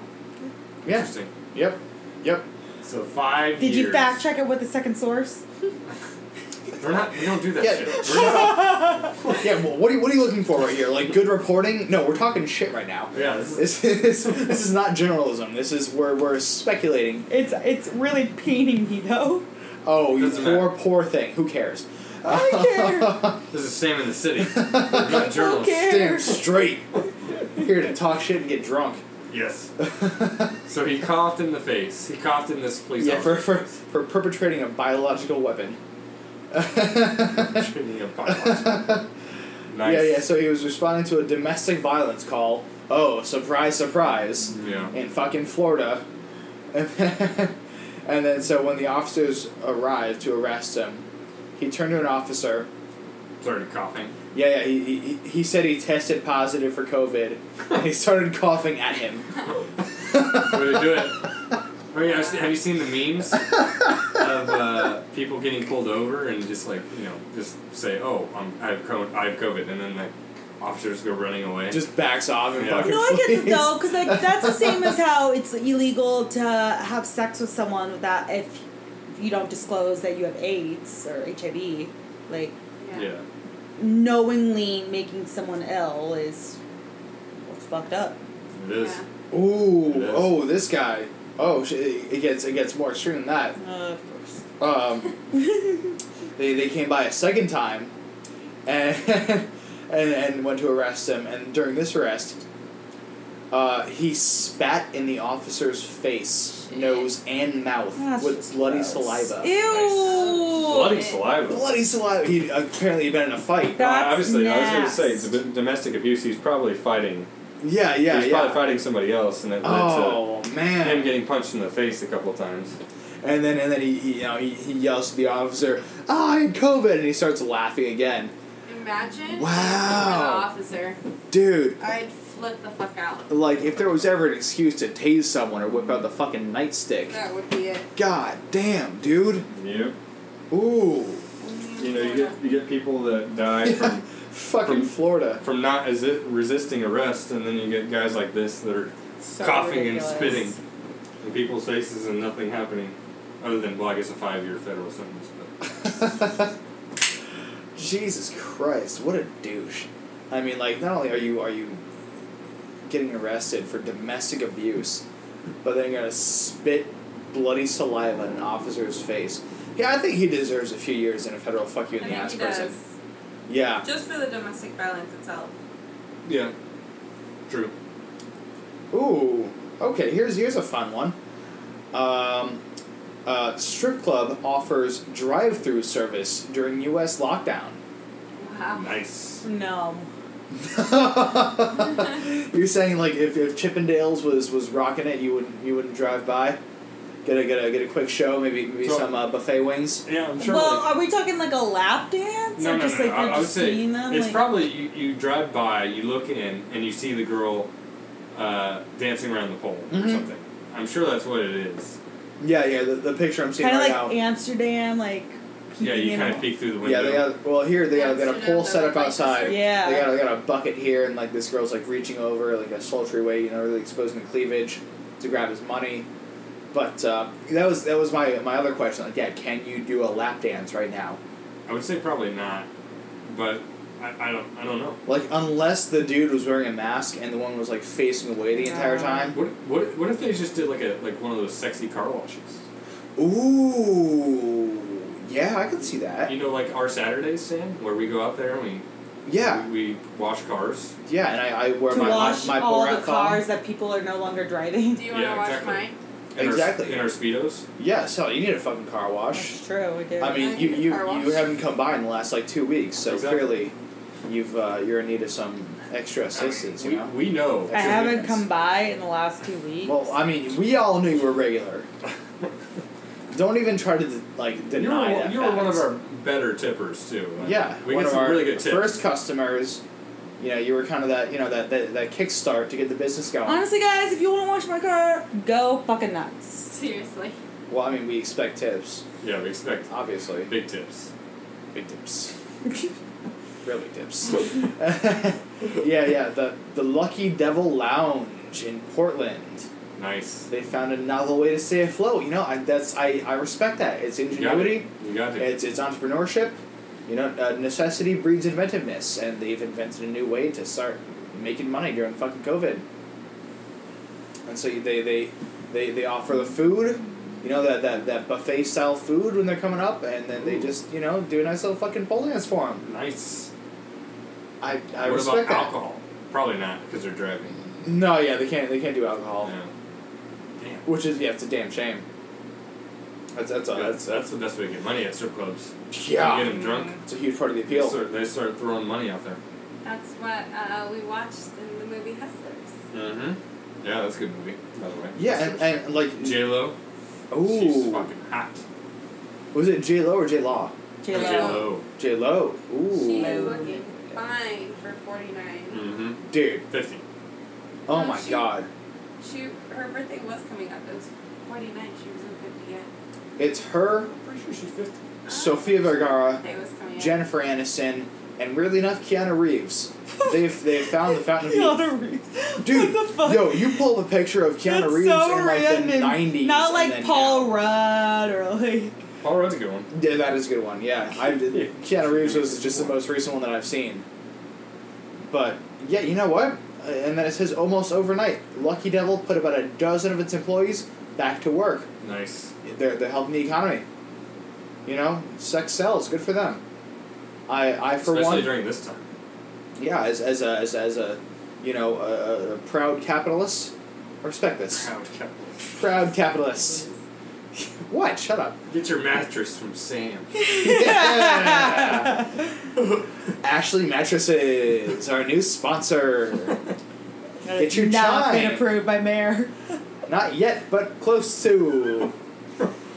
A: Yeah.
C: Interesting.
A: Yep. Yep.
C: So five.
B: Did you
C: years.
B: fact check it with the second source?
C: We're not. We don't do that
A: Yeah.
C: shit. We're not-
B: That's
A: Yeah. Well, what are you, what are you looking for right here? Like good reporting? No, we're talking shit right now.
C: yeah. This is,
A: This is this is not journalism. This is where we're speculating
B: It's it's really paining me though.
A: Oh, you
C: Doesn't
A: poor,
C: matter.
A: poor thing. Who cares?
B: I
C: this is Sam in the city. We're not journalists.
B: Okay.
A: Stand straight. Here to talk shit and get drunk.
C: Yes. So he coughed in the face. He coughed in this police
A: yeah, for,
C: officer.
A: for, for perpetrating a biological weapon.
C: Shooting a biological. Nice.
A: Yeah, yeah, so he was responding to a domestic violence call. Oh, surprise, surprise.
C: Yeah.
A: In fucking Florida. And then, and then so when the officers arrived to arrest him, he turned to an officer
C: Started coughing.
A: Yeah, yeah. He, he, he- he said he tested positive for COVID, and he started coughing at him.
C: Way to do it. Oh, yeah, I've seen- have you seen the memes of uh, people getting pulled over and just like you know just say, "Oh, I'm, I have COVID," I have COVID, and then the officers go running away.
A: Just backs off and
C: Yeah.
A: fucking.
B: no, I get it
A: flees.
B: though, because like that's the same as how it's illegal to have sex with someone without if you don't disclose that you have AIDS or HIV. Like
D: Yeah.
C: yeah.
B: knowingly making someone ill is well, it's fucked up.
C: It is.
D: Yeah.
A: Ooh,
C: It is.
A: oh, this guy. Oh, sh- it it gets it gets more extreme than that.
C: Uh,
B: of course.
A: Um, they they came by a second time, and and and went to arrest him. And during this arrest, uh, he spat in the officer's face, nose and mouth
B: That's
A: with
B: just
A: bloody
B: gross.
A: saliva.
B: Ew.
E: Bloody
D: It-
E: saliva.
A: Bloody saliva. He apparently had been in a fight.
E: Uh,
B: That's
E: obviously, I was going to
B: nasty.
E: say dom- domestic abuse. He's probably fighting.
A: Yeah, yeah,
E: he's
A: yeah.
E: probably fighting somebody else, and it led
A: Oh
E: to him
A: man!
E: getting punched in the face a couple times.
A: And then and then he, he you know he, he yells to the officer, "Ah, I had COVID," and he starts laughing again.
D: Imagine
A: Wow.
D: if you were the officer.
A: Dude,
D: I'd flip the fuck out.
A: like if there was ever an excuse to tase someone or whip out the fucking nightstick,
D: That would be it.
A: god damn, dude.
E: Yep.
A: Ooh,
E: You know, you get you get people that die from
A: fucking
E: From-
A: Florida.
E: from not as it resisting arrest, and then you get guys like this that are
B: So
E: coughing
B: ridiculous.
E: and spitting in people's faces and nothing happening, other than well, I guess a five-year federal sentence. But
A: Jesus Christ, what a douche. I mean, like not only are you are you getting arrested for domestic abuse, but then you're gonna spit bloody saliva in an officer's face. Yeah, I think he deserves a few years in a federal fuck you in
D: I
A: the
D: think
A: ass
D: he
A: prison.
D: does.
A: Yeah,
D: Just for the domestic violence itself.
C: Yeah. True.
A: Ooh, okay. Here's here's a fun one. Um, uh, strip club offers drive-through service during U.S. lockdown.
D: Wow.
C: Nice.
B: No.
A: You're saying like if, if Chippendales was was rocking it, you wouldn't you wouldn't drive by, get a get a get a quick show, maybe maybe
C: So-
A: some uh, buffet wings.
C: Yeah, I'm sure.
B: well,
C: like,
B: are we talking like a lap dance
C: no,
B: or
C: no,
B: just
C: no,
B: like
C: no.
B: you're
C: I, I would
B: just
C: say
B: seeing them?
C: it's
B: like,
C: probably you, you drive by, you look in, and you see the girl uh, dancing around the pole
A: Mhm.
B: Mm-hmm.
C: or something. I'm sure that's what it is.
A: Yeah, yeah. The, the picture I'm seeing
B: kind of
A: right
B: like
A: now.
B: Amsterdam, like.
C: Yeah, you
B: peeking in
C: kind of
B: a-
C: peek through the window.
A: Yeah, they got well here they got, they got a
D: Amsterdam,
A: pole set
D: though,
A: up
D: like,
A: outside.
B: Yeah.
A: They got they got a bucket here and like this girl's like reaching over like a sultry way, you know, really exposing the cleavage to grab his money. But uh, that was that was my my other question. Like, yeah, can you do a lap dance right now?
C: I would say probably not, but I, I don't I don't know.
A: Like, unless the dude was wearing a mask and the one was like facing away the entire
B: Yeah.
A: time.
C: What what what if they just did like a like one of those sexy car washes?
A: Ooh, yeah, I can see that.
C: You know, like our Saturdays, Sam, where we go out there and we
A: Yeah,
C: we, we wash cars.
A: yeah, and I, I wear
B: to
A: my
B: wash
A: my, my
B: all
A: Borat
B: the cars that people are no longer driving.
D: Do you want
C: Yeah,
D: to watch
C: exactly.
D: mine?
C: In
A: Exactly.
C: Our, in our speedos.
A: thong. Yeah, so you need a fucking car wash.
B: That's true. We do.
A: I mean, you,
D: I
A: you,
D: car wash.
A: you haven't come by in the last like two weeks, so
C: Exactly.
A: clearly you've uh, you're in need of some extra assistance.
C: we,
A: you know.
C: we know.
A: That's
B: I
A: your
B: haven't
A: weakness.
B: come by in the last two weeks.
A: Well, I mean, we all knew you were regular. Don't even try to de- like
C: You were,
A: deny
C: one-
A: that.
C: you were one of
A: fact.
C: our better tippers too. Like,
A: yeah,
C: we
A: one
C: get
A: of
C: some
A: our
C: really good tips.
A: first customers. You know, you were kind of that you know that that, that kickstart to get the business going.
B: Honestly, guys, if you want to wash my car, go fucking nuts.
D: Seriously.
A: Well, I mean, we expect tips,
C: yeah, we expect
A: obviously.
C: big tips.
A: Big tips. Real big tips. yeah, yeah. The the Lucky Devil Lounge in Portland.
C: Nice.
A: They found a novel way to stay afloat. You know, I, that's I, I respect that. It's
C: You got
A: ingenuity.
C: it. You got it.
A: It's it's entrepreneurship. You know, uh, necessity breeds inventiveness, and they've invented a new way to start making money during fucking COVID. And so they they they, they offer the food, you know that, that, that buffet style food when they're coming up, and then they
C: Ooh.
A: just you know do a nice little fucking pole dance for them.
C: Nice.
A: I I
C: what
A: respect
C: about
A: that.
C: alcohol? Probably not because they're driving.
A: No, yeah, they can't they can't do alcohol,
C: Yeah. Damn.
A: which is yeah, it's a damn shame. That's that's a,
C: Yeah,
A: that's,
C: the best way to get money at strip clubs.
A: that's
C: You
A: yeah, Mm-hmm.
C: get them drunk.
A: it's a huge part of the
C: They
A: appeal.
C: start, they start throwing money out there.
D: That's what uh, we watched in the movie Hustlers.
C: Mm-hmm. Yeah, that's a good movie, by the way.
A: Yeah, and, and like
C: J Lo. She's
A: ooh,
C: fucking hot.
A: was it J Lo or J Law?
B: J
D: J-Lo.
B: Lo.
C: Lo.
A: J Lo. Ooh,
D: She is
B: Ooh.
D: looking fine for 49.
C: Mm-hmm.
A: dude.
C: Fifty.
A: Oh
D: No,
A: my
D: she-
A: god,
D: She, her birthday was coming up. It was 49. She was in 50 yet.
A: it's her,
C: I'm pretty sure she's fifty.
A: Sofia Vergara,
D: Ah, Birthday was coming up.
A: Jennifer Aniston, and weirdly enough, Keanu Reeves. They've they've found the fountain of youth. Dude,
B: what the fuck?
A: yo, you pull up a picture of Keanu
B: That's
A: Reeves
B: so
A: in like
B: random.
A: the '90s,
B: Not
A: and
B: like
A: then
B: Paul
A: now.
B: Rudd or like.
C: Paul Rudd's a good one.
A: Yeah, that is a good one. Yeah, I
C: Yeah.
A: did. Keanu Reeves was just the most recent one that I've seen. But yeah, you know what? Uh, And then it says almost overnight, Lucky Devil put about a dozen of its employees back to work.
C: Nice.
A: They're they're helping the economy. You know, sex sells. Good for them. I I for
C: Especially
A: one,
C: during this time.
A: yeah, as as a as, as a you know a, a- a proud capitalist, respect this.
C: Proud capitalist.
A: Proud capitalist. what? Shut up.
C: Get your mattress from Sam.
A: Yeah. Ashley Mattresses, our new sponsor. Get your
B: Not been
A: chime.
B: approved by mayor.
A: Not yet, but close to.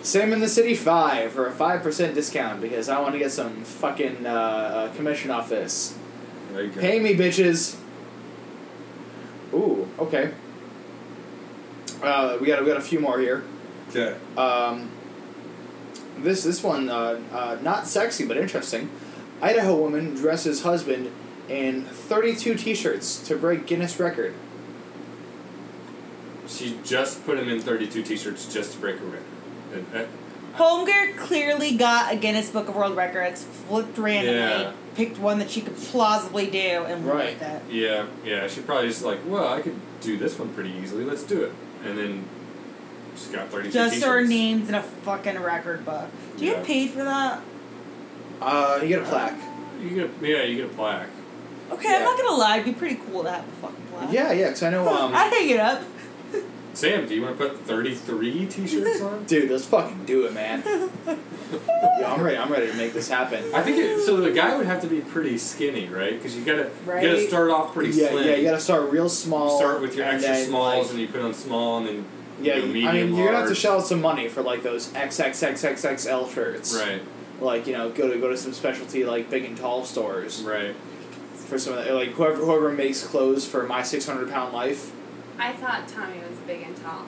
A: Sam in the City 5 for a 5% discount because I want to get some fucking uh, uh, commission off this.
C: There you go.
A: Pay me, bitches. Ooh, okay. Uh, we got we got a few more here.
C: Okay.
A: Um, this this one uh, uh, not sexy but interesting. Idaho woman dresses husband in thirty two t shirts to break Guinness record.
C: She just put him in 32 t-shirts just to break a record. And, uh,
B: Holmgren clearly got a Guinness Book of World Records, flipped randomly,
C: Yeah.
B: picked one that she could plausibly do, and went with it.
C: yeah, yeah. She probably just like, well, I could do this one pretty easily. Let's do it. and then just got 32
B: Just our
C: t-shirts.
B: names in a fucking record book. Do you
C: Yeah.
B: get paid for that?
A: Uh, you get a plaque.
C: You get a, yeah, you get a plaque.
B: Okay, I'm
A: Yeah.
B: not gonna lie. It'd be pretty cool to have a fucking plaque.
A: Yeah, yeah, because I know,
B: I
A: um,
B: hang it up.
C: Sam, do you want to put 33 t-shirts on?
A: dude, let's fucking do it, man. Yo, I'm ready. I'm ready to make this happen.
C: I think it, so. The guy would have to be pretty skinny, right? Because you gotta you gotta
B: Right.
C: start off pretty
A: yeah,
C: slim.
A: yeah. You gotta start real small.
C: start with your
A: and
C: extra
A: then,
C: smalls,
A: like,
C: and you put on small, and then
A: yeah,
C: you know,
A: you-
C: medium,
A: I mean, you're gonna have to
C: large.
A: shell out some money for like those XXXXXL shirts.
C: Right,
A: Like you know, go to go to some specialty like big and tall stores
C: right.
A: for some of that. Like whoever whoever makes clothes for my 600 pound life.
D: I thought Tommy was big and tall.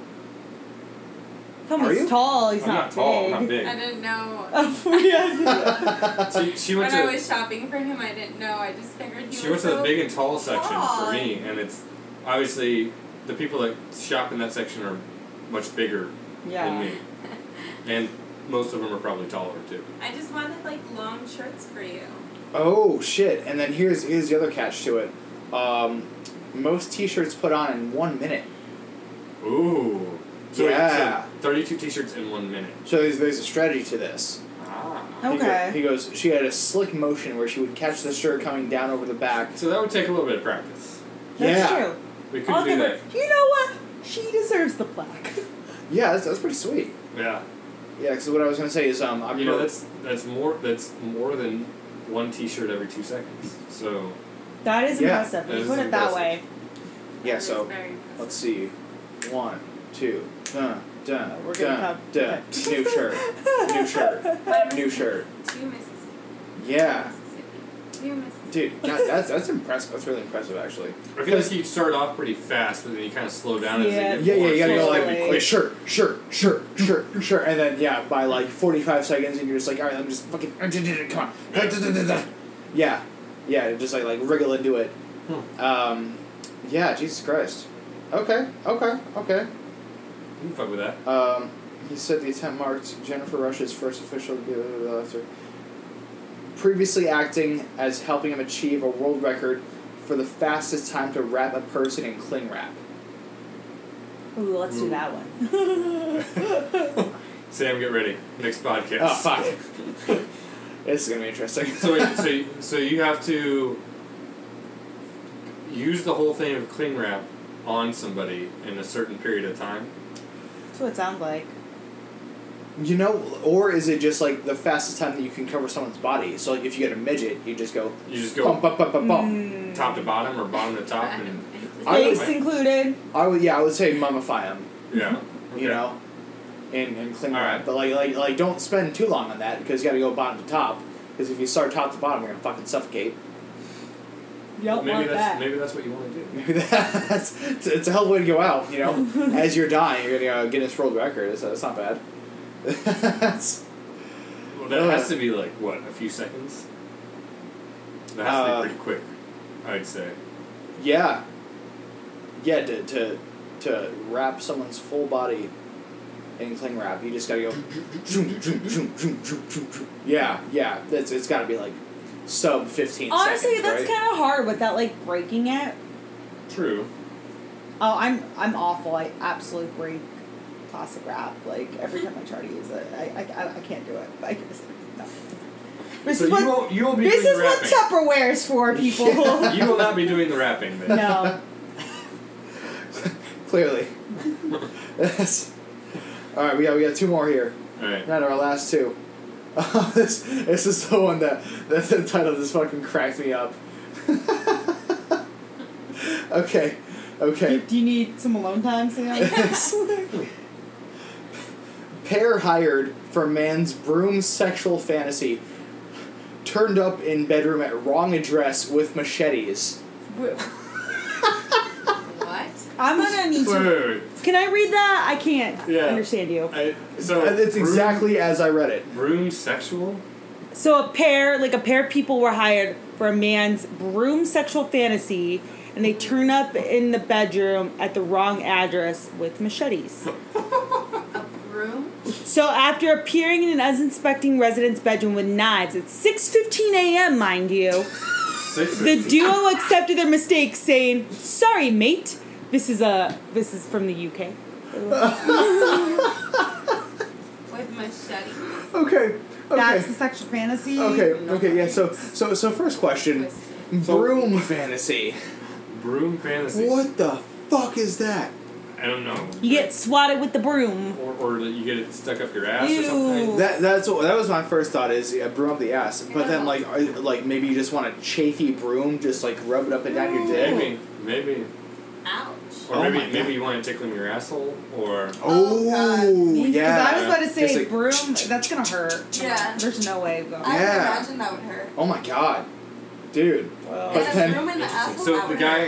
A: Are
B: Thomas
A: you?
B: tall. He's
C: I'm not,
B: big.
C: tall. I'm not
D: I
C: big.
D: didn't know.
B: Oh, yeah.
C: She, she
D: When
C: went
D: I
C: to
D: was shopping for him, I didn't know. I just figured he
C: she went
D: was
C: to the
D: so
C: big and tall section for
D: tall.
C: me, and it's obviously the people that shop in that section are much bigger than
B: yeah.
C: me, and most of them are probably taller too.
D: I just wanted like long shirts for you.
A: Oh shit! And then here's here's the other catch to it. Um, most T-shirts put on in one minute.
C: Ooh. So
A: Yeah.
C: it's thirty-two t-shirts in one minute.
A: So there's, there's a strategy to this.
C: Ah.
A: He go-
B: Okay.
A: He, goes. She had a slick motion where she would catch the shirt coming down over the back.
C: So that would take a little bit of practice.
B: That's
A: yeah.
B: true.
C: We could
B: I'll
C: do
B: give
C: that.
B: her. You know what? She deserves the plaque.
A: Yeah, that's, that's pretty sweet.
C: Yeah.
A: Yeah, because what I was gonna say is, um, I
C: you know
A: remember-
C: that's that's more that's more than one T-shirt every two seconds. So
B: That is
A: Yeah,
B: impressive.
C: that
B: You
C: is
B: put it that
C: impressive.
B: way.
A: yeah.
D: It was
A: So
D: very impressive.
A: let's see, one, two, dun, dun,
B: Uh, we're gonna
A: dun, dun.
B: have- okay.
A: New shirt, new shirt,
D: Whatever.
A: new shirt.
D: Two Mississippi.
A: Yeah,
D: Mississippi. Two Mississippi.
A: dude, God, that's that's impressive. That's really impressive, actually.
C: I feel like you start off pretty fast, but then you kind of slow down as
B: Yeah.
C: they get
A: Yeah, yeah,
C: more
A: you gotta go
C: slow.
A: like,
B: Slowly.
A: like sure, sure, sure, sure, sure, and then yeah, by like forty five seconds, and you're just like, all right, let me just fucking come on, yeah, yeah, just like like wriggle into it. Um, yeah, Jesus Christ. Okay, okay, okay.
C: You can fuck with that.
A: Um, he said the attempt marked Jennifer Rush's first official blah, blah, blah, after previously acting as helping him achieve a world record for the fastest time to wrap a person in cling wrap.
B: Ooh, let's do
C: Ooh.
B: that one.
C: Sam, get ready. Next podcast.
A: Oh fuck. this is gonna be interesting.
C: so wait, so you- so you have to use the whole thing of cling wrap on somebody in a certain period of time.
B: That's what it sounds like.
A: you know, or is it just like the fastest time that you can cover someone's body? So like if you get a midget, you just go
C: You just
A: bump,
C: go
A: bump, bump, bump, bump.
B: Mm.
C: top to bottom or bottom to top, and
A: I would-
B: Face included.
A: I would yeah, I would say mummify him.
C: yeah, okay.
A: You know, and and cling
C: All
A: wrap.
C: right.
A: But like like like don't spend too long on that because you got to go bottom to top. Because if you start top to bottom, you're gonna fucking suffocate.
B: You don't
C: maybe
B: want
C: that's
B: that.
C: maybe that's what you want to do.
A: Maybe that's it's, it's a hell of a way to go out. You know, as you're dying, you're gonna uh, Guinness World Record. It's, it's not bad. that's
C: Well, that
A: Uh,
C: has to be like what a few seconds. That has
A: Uh,
C: to be pretty quick, I'd say.
A: Yeah. Yeah, to to to wrap someone's full body in cling wrap, you just gotta go. zoom, zoom, zoom, zoom, zoom, zoom, zoom. Yeah, yeah. That's it's gotta be like sub fifteen.
B: Honestly,
A: seconds,
B: that's
A: right?
B: kind of hard without like breaking it.
C: True.
B: Oh, I'm I'm awful. I absolutely break plastic wrap. Like every time I try to use it, I I, I, I can't do it. I just, no. This
C: so
B: is what
C: you won't you won't be
B: this
C: doing
B: is
C: the
B: what
C: wrapping.
B: Tupperware is for, people.
C: you will not be doing the wrapping then.
B: no,
A: Clearly. That's- All right, we got we got two more here.
C: Alright.
A: Not our last two. Oh, this this is the one that that the title of this fucking cracked me up. okay, okay.
B: Do- do you need some alone time, Sam?
A: Pair hired for man's broom sexual fantasy. Turned up in bedroom at wrong address with machetes.
D: What?
B: I'm gonna need to.
C: Wait, wait, wait.
B: Can I read that? I can't
C: Yeah.
B: understand you.
C: I, so
A: And it's
C: room-
A: exactly as I read it.
C: room sexual?
B: So a pair, like a pair of people were hired for a man's broom sexual fantasy, and they turn up in the bedroom at the wrong address with machetes.
D: A broom?
B: So after appearing in an uninspecting resident's bedroom with knives at 6:15 a.m., mind you,
C: Six
B: the duo accepted their mistake, saying, "Sorry, mate. This is a this is from the UK."
D: with machetes.
A: okay.
F: That's the
A: Okay.
F: sexual fantasy.
A: Okay. Okay. Yeah. So so so first question. Broom fantasy.
C: Broom fantasy.
A: What the fuck is that?
C: I don't know.
B: You get swatted with the broom.
C: or, or that you get it stuck up your ass or
B: Ew.
C: something.
A: That that's what, that was my first thought is yeah, broom up the ass. But then like are, like maybe you just want a chafy broom, just like rub it up and down your dick.
C: Maybe, maybe,
D: Ouch.
C: or
A: Oh
C: maybe
A: my God.
C: maybe you want to tickle in your asshole, or
A: Oh, yeah.
F: Because I was about to say
A: Just like-
F: broom. That's gonna hurt.
D: Yeah.
F: There's no way though.
D: I would
A: Yeah.
D: imagine that would hurt.
A: Oh my god, dude.
D: And
A: then-
D: a room in the asshole.
C: so
D: that
C: the
D: would
C: guy,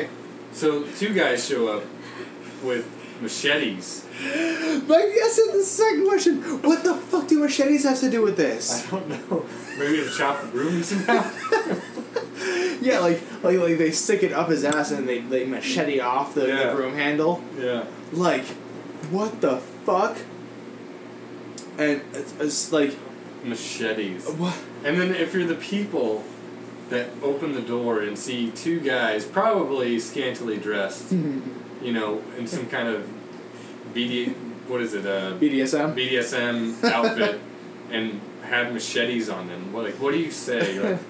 C: so two guys show up with machetes.
A: But I guess in the second question, what the fuck do machetes have to do with this?
C: I don't know. Maybe to chop the brooms in half.
A: Yeah, like like like they stick it up his ass and they, they machete off the,
C: Yeah.
A: the broom handle.
C: Yeah.
A: Like, what the fuck? And it's, it's like
C: Machetes.
A: what?
C: And then if you're the people that open the door and see two guys, probably scantily dressed, you know, in some kind of BD, what is it, uh,
A: BDSM.
C: BDSM outfit, and had machetes on them. What, like, what do you say? You're like,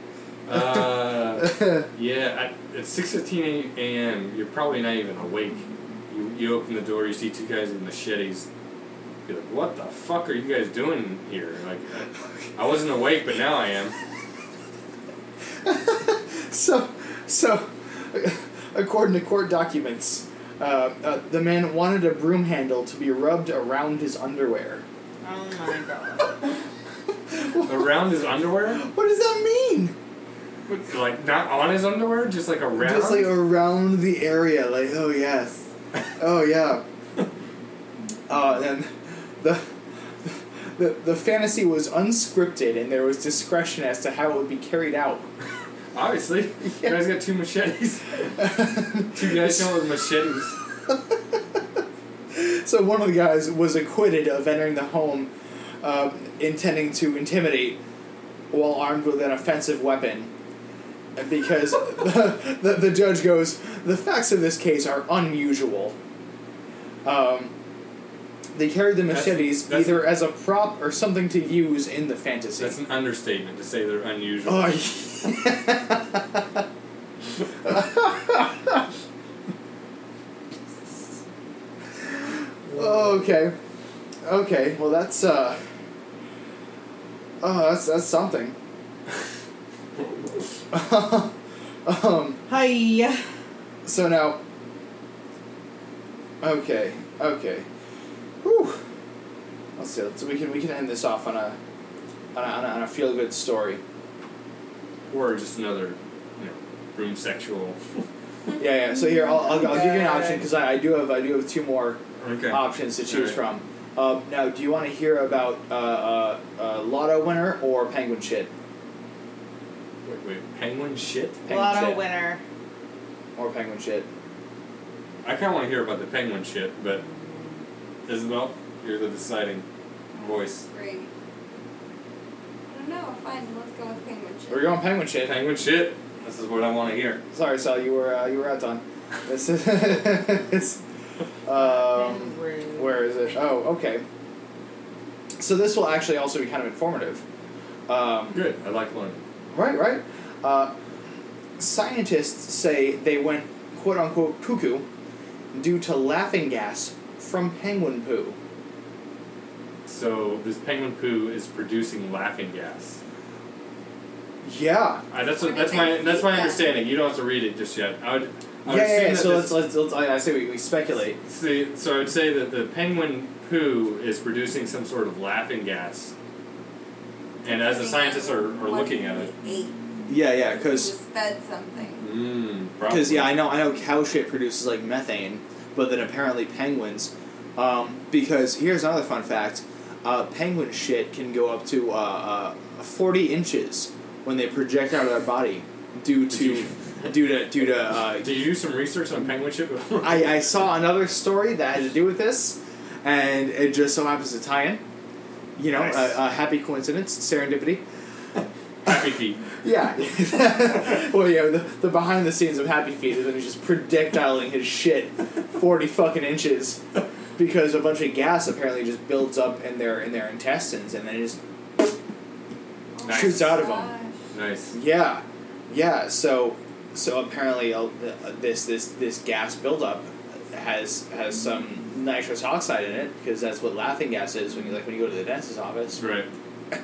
C: uh, yeah, at, at 6.15 a.m., you're probably not even awake. You, you open the door, you see two guys with machetes. You're like, what the fuck are you guys doing here? Like, I, I wasn't awake, but now I am.
A: so so, according to court documents, uh, uh, the man wanted a broom handle to be rubbed around his underwear.
F: Oh my god.
C: Around his underwear?
A: What does that mean?
C: Like, not on his underwear, just like around?
A: Just like around the area, like oh yes, oh yeah. Uh, and the, the the fantasy was unscripted, and there was discretion as to how it would be carried out.
C: Obviously. You guys got two machetes. two guys showing with machetes.
A: so one of the guys was acquitted of entering the home, um, intending to intimidate, while armed with an offensive weapon. Because the, the, the judge goes, the facts of this case are unusual. Um, they carried the
C: That's-
A: machetes
C: that's-
A: either as a prop or something to use in the fantasy.
C: That's an understatement to say they're unusual.
A: Oh, okay. Okay. Well, that's uh. Oh, that's that's something. um.
F: Hi.
A: So now. Okay. Okay. Whew. Let's see. Let's, we can we can end this off on a on a, on a, on a feel good story.
C: Or just another, you know, room sexual.
A: Yeah, yeah. So here, I'll, I'll, I'll give you
F: Okay.
A: an option because I, I do have I do have two more
C: Okay.
A: options to choose
C: Alright.
A: from. Um, now, do you want to hear about uh, uh, uh, lotto winner or penguin shit?
C: Wait, wait. Penguin shit?
A: Penguin
F: Lotto
A: shit
F: winner.
A: or penguin shit?
C: I kind of want to hear about the penguin shit, but Isabel, you're the deciding voice.
D: hurt. Great. I don't know. Fine. Let's go with penguin chip.
A: We're going penguin shit.
C: Penguin shit. This is what I want to hear.
A: Sorry, Sal, you were uh, you were out on. This is. um, Where is it? Oh, okay. So this will actually also be kind of informative. Um,
C: Good. I like learning.
A: Right, right. Uh, scientists say they went quote unquote cuckoo due to laughing gas from penguin poo.
C: So this penguin poo is producing laughing gas.
A: Yeah.
C: Uh, that's
D: Where
C: what,
D: did
C: that's my
D: they
C: that's my
D: get that?
C: understanding. You don't have to read it just yet. I would. I
A: yeah,
C: would
A: yeah,
C: assume
A: yeah.
C: that
A: So
C: this-
A: let's, let's, let's, I, I say we, we speculate.
C: See, so I would say that the penguin poo is producing some sort of laughing gas. And as the scientists are, are looking at it,
D: Eight.
A: Yeah, yeah,
D: Just fed something.
C: mm, probably.
A: Because yeah, I know I know cow shit produces like methane, but then apparently penguins. Um, because here's another fun fact: uh, penguin shit can go up to uh, uh, forty inches when they project out of their body, due to due to due to. Uh,
C: Did you do some research on penguin shit before?
A: I, I saw another story that had to do with this, and it just so happens to tie in. You know,
C: Nice.
A: a, a happy coincidence, serendipity.
C: Happy feet.
A: Yeah. well, yeah, the, the behind the scenes of Happy Feet is when he's just projectiling his shit 40 fucking inches. because a bunch of gas apparently just builds up in their in their intestines and then it just
C: Nice.
A: shoots out of them.
D: Oh Gosh.
E: Nice.
A: Yeah, yeah. So so apparently uh, uh, this this this gas buildup has has some nitrous oxide in it because that's what laughing gas is when you like when you go to the dentist's office
E: Right.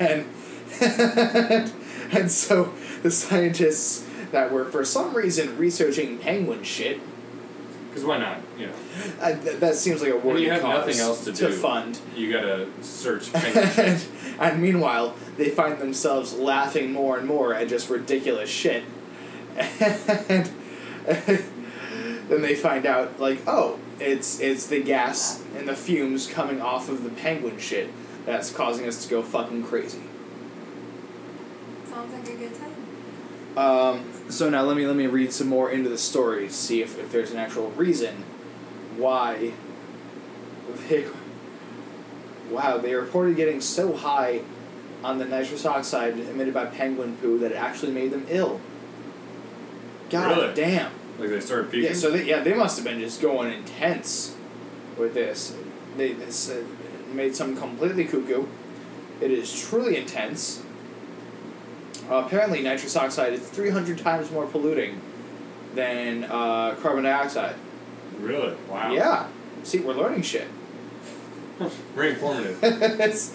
A: and and so the scientists that were for some reason researching penguin shit
C: Because why not? You know,
A: uh, th- that seems like a
C: When
A: worthy
C: you have
A: cause
C: nothing else to
A: to
C: do.
A: fund
C: you gotta search. penguin
A: and, and meanwhile, they find themselves laughing more and more at just ridiculous shit. And then they find out, like, oh, it's it's the gas and the fumes coming off of the penguin shit that's causing us to go fucking crazy.
D: Sounds like a good time.
A: Um, so now let me let me read some more into the story to see if, if there's an actual reason why they wow they reported getting so high on the nitrous oxide emitted by penguin poo that it actually made them ill. God
C: Really?
A: damn!
C: like they started peeking.
A: Yeah, so they, yeah they must have been just going intense with this. They this uh, made some completely cuckoo. It is truly intense. Uh, apparently, nitrous oxide is 300 times more polluting than uh, carbon dioxide.
C: really? Wow.
A: Yeah. See, we're learning shit.
C: Very informative.
A: It's-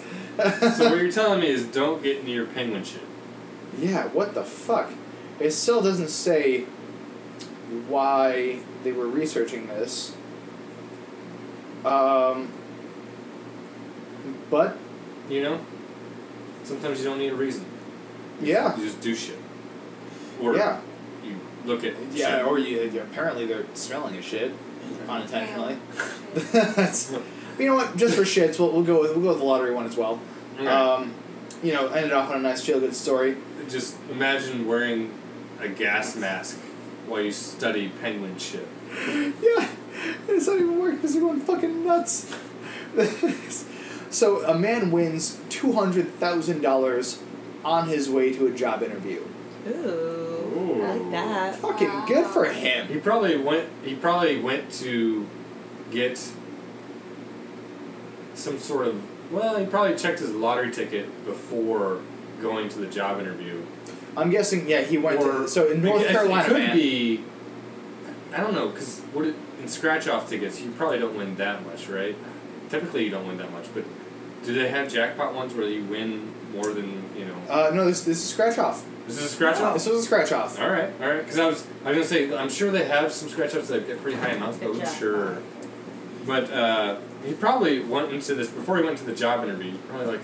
C: so what you're telling me is don't get near penguin shit.
A: yeah, what the fuck? It still doesn't say why they were researching this. Um, but,
C: You know, sometimes you don't need a reason.
A: yeah.
C: You just do shit. Or
A: yeah.
C: you look at
A: Yeah,
C: shit.
A: or you, you- apparently they're smelling a shit unintentionally. That's, you know what? Just for shits, we'll, we'll go with we'll go with the lottery one as well.
C: Okay.
A: Um, you know, ended off on a nice feel good story.
C: Just imagine wearing a gas mask while you study penguin shit.
A: yeah, it's not even working because they're going fucking nuts. so a man wins two hundred thousand dollars on his way to a job interview.
B: Ooh,
C: Ooh.
B: I like that.
A: Fucking good for him.
C: He probably went. He probably went to get some sort of. Well, he probably checked his lottery ticket before going to the job interview.
A: I'm guessing. Yeah, he went
C: or
A: to so in North
C: it,
A: Carolina.
C: It could
A: man.
C: be. I don't know, because what it, in scratch-off tickets, you probably don't win that much, right? Typically, you don't win that much, but do they have jackpot ones where you win more than you know?
A: Uh, no, this this is scratch off.
C: This is a scratch-off.
A: This was a scratch off.
C: All right, all right. Because I was, I was gonna say, I'm sure they have some scratch ups that get pretty high amounts, but
B: Good
C: I'm
B: job.
C: sure. But uh, he probably went into this before he went to the job interview. He's probably like,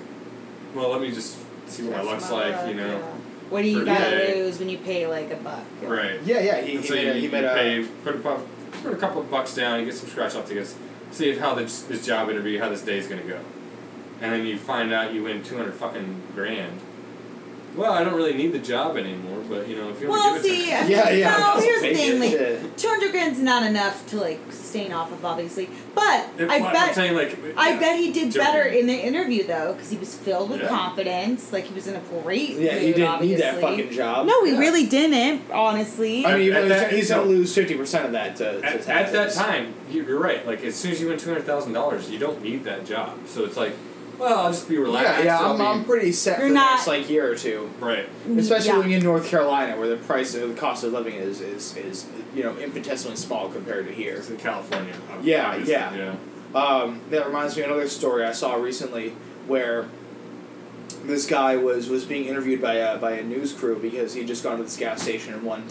C: well, let me just see what my
F: That's
C: luck's
F: my
C: like,
F: luck,
C: you know.
F: yeah. What do you
C: For
F: gotta
C: today.
F: lose when you pay like a buck?
C: Right.
A: Yeah, yeah. He,
C: And
A: he
C: so
A: made
C: you,
A: a, he
C: you
A: made a
C: pay, put a bu- put a couple of bucks down, you get some scratch off tickets, see how this this job interview, how this day's gonna go, and then you find out you win two hundred fucking grand. Well, I don't really need the job anymore, but you know if you want
B: Well,
C: to give it
B: see,
C: to me,
A: Yeah, yeah.
B: No, here's the
A: Big
B: thing, like,
A: shit.
B: 200 grand's not enough to like sustain off of, obviously. But
C: It-
B: I
C: well,
B: bet
C: I'm saying like
B: I
C: yeah.
B: bet he did
C: Joking.
B: better in the interview though, because he was filled with
C: Yeah.
B: confidence. Like he was in a great
A: Yeah,
B: mood,
A: he didn't
B: obviously.
A: need that fucking job.
B: No, he
A: Yeah.
B: really didn't. Honestly,
A: I mean,
C: At
A: even though
C: that-
A: he's gonna lose fifty percent of that to, to
C: At, at
A: taxes.
C: that time, you- you're right. Like as soon as you win two hundred thousand dollars, you don't need that job. So it's like, well, I'll just be
A: Yeah,
C: relaxed.
A: yeah,
C: I'll
A: I'm,
C: be-
A: I'm pretty set
B: You're
A: for
B: not- Mm,
A: the next like year or two,
C: right.
A: especially
B: yeah.
A: living in North Carolina, where the price of the cost of living is is, is you know infinitesimally small compared to here.
C: It's in California. ob-
A: Yeah,
C: obviously,
A: yeah.
C: yeah.
A: Um, that reminds me of another story I saw recently where this guy was, was being interviewed by a, by a news crew because he'd just gone to this gas station and won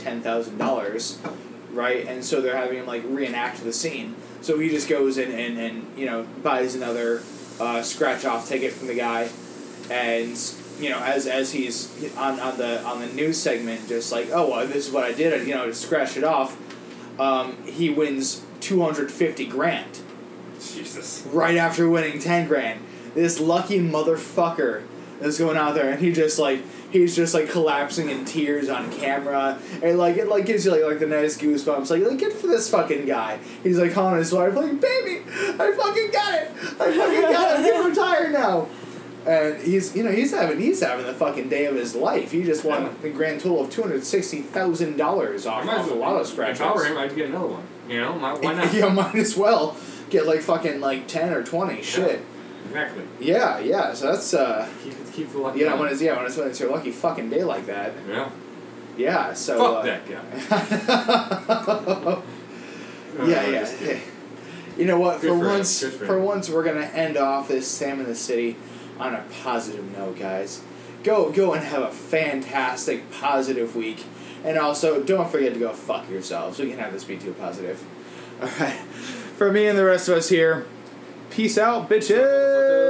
A: $10,000, right? And so they're having him, like, reenact the scene. So he just goes and, and, and you know, buys another uh, scratch-off ticket from the guy. And, you know, as, as he's on, on, the, on the news segment, just like, oh, well, this is what I did, you know, to scratch it off, um, he wins 250 grand
C: Jesus.
A: right after winning 10 grand. This lucky motherfucker is going out there and he just like he's just like collapsing in tears on camera and like it like gives you like, like the nice goosebumps like like good for this fucking guy he's like calling his wife like baby i fucking got it i fucking got it i'm getting retired now And he's you know he's having he's having the fucking day of his life. He just won
C: Yeah.
A: the grand total of two hundred sixty thousand dollars
C: I
A: off,
C: might as
A: off a
C: well
A: lot of
C: if
A: scratches.
C: I were him, I'd get another one. You know, my, why not?
A: yeah, might as well get like fucking like ten or twenty. Shit.
C: Exactly.
A: Yeah, yeah. So that's uh,
C: Keep it, keep the luck.
A: you know
C: down.
A: when it's yeah when it's when it's your lucky fucking day like that.
C: yeah.
A: Yeah. So.
C: Fuck
A: uh,
C: that guy. Uh,
A: yeah,
C: I'm
A: yeah.
C: just
A: yeah.
C: kidding.
A: You know what?
C: Good
A: For
C: for him,
A: once,
C: good for
A: for
C: him.
A: once, we're gonna end off this Sam in the City on a positive note, guys. Go, go, and have a fantastic, positive week. And also, don't forget to go fuck yourselves. We can have this be too positive. All right. For me and the rest of us here, peace out, bitches.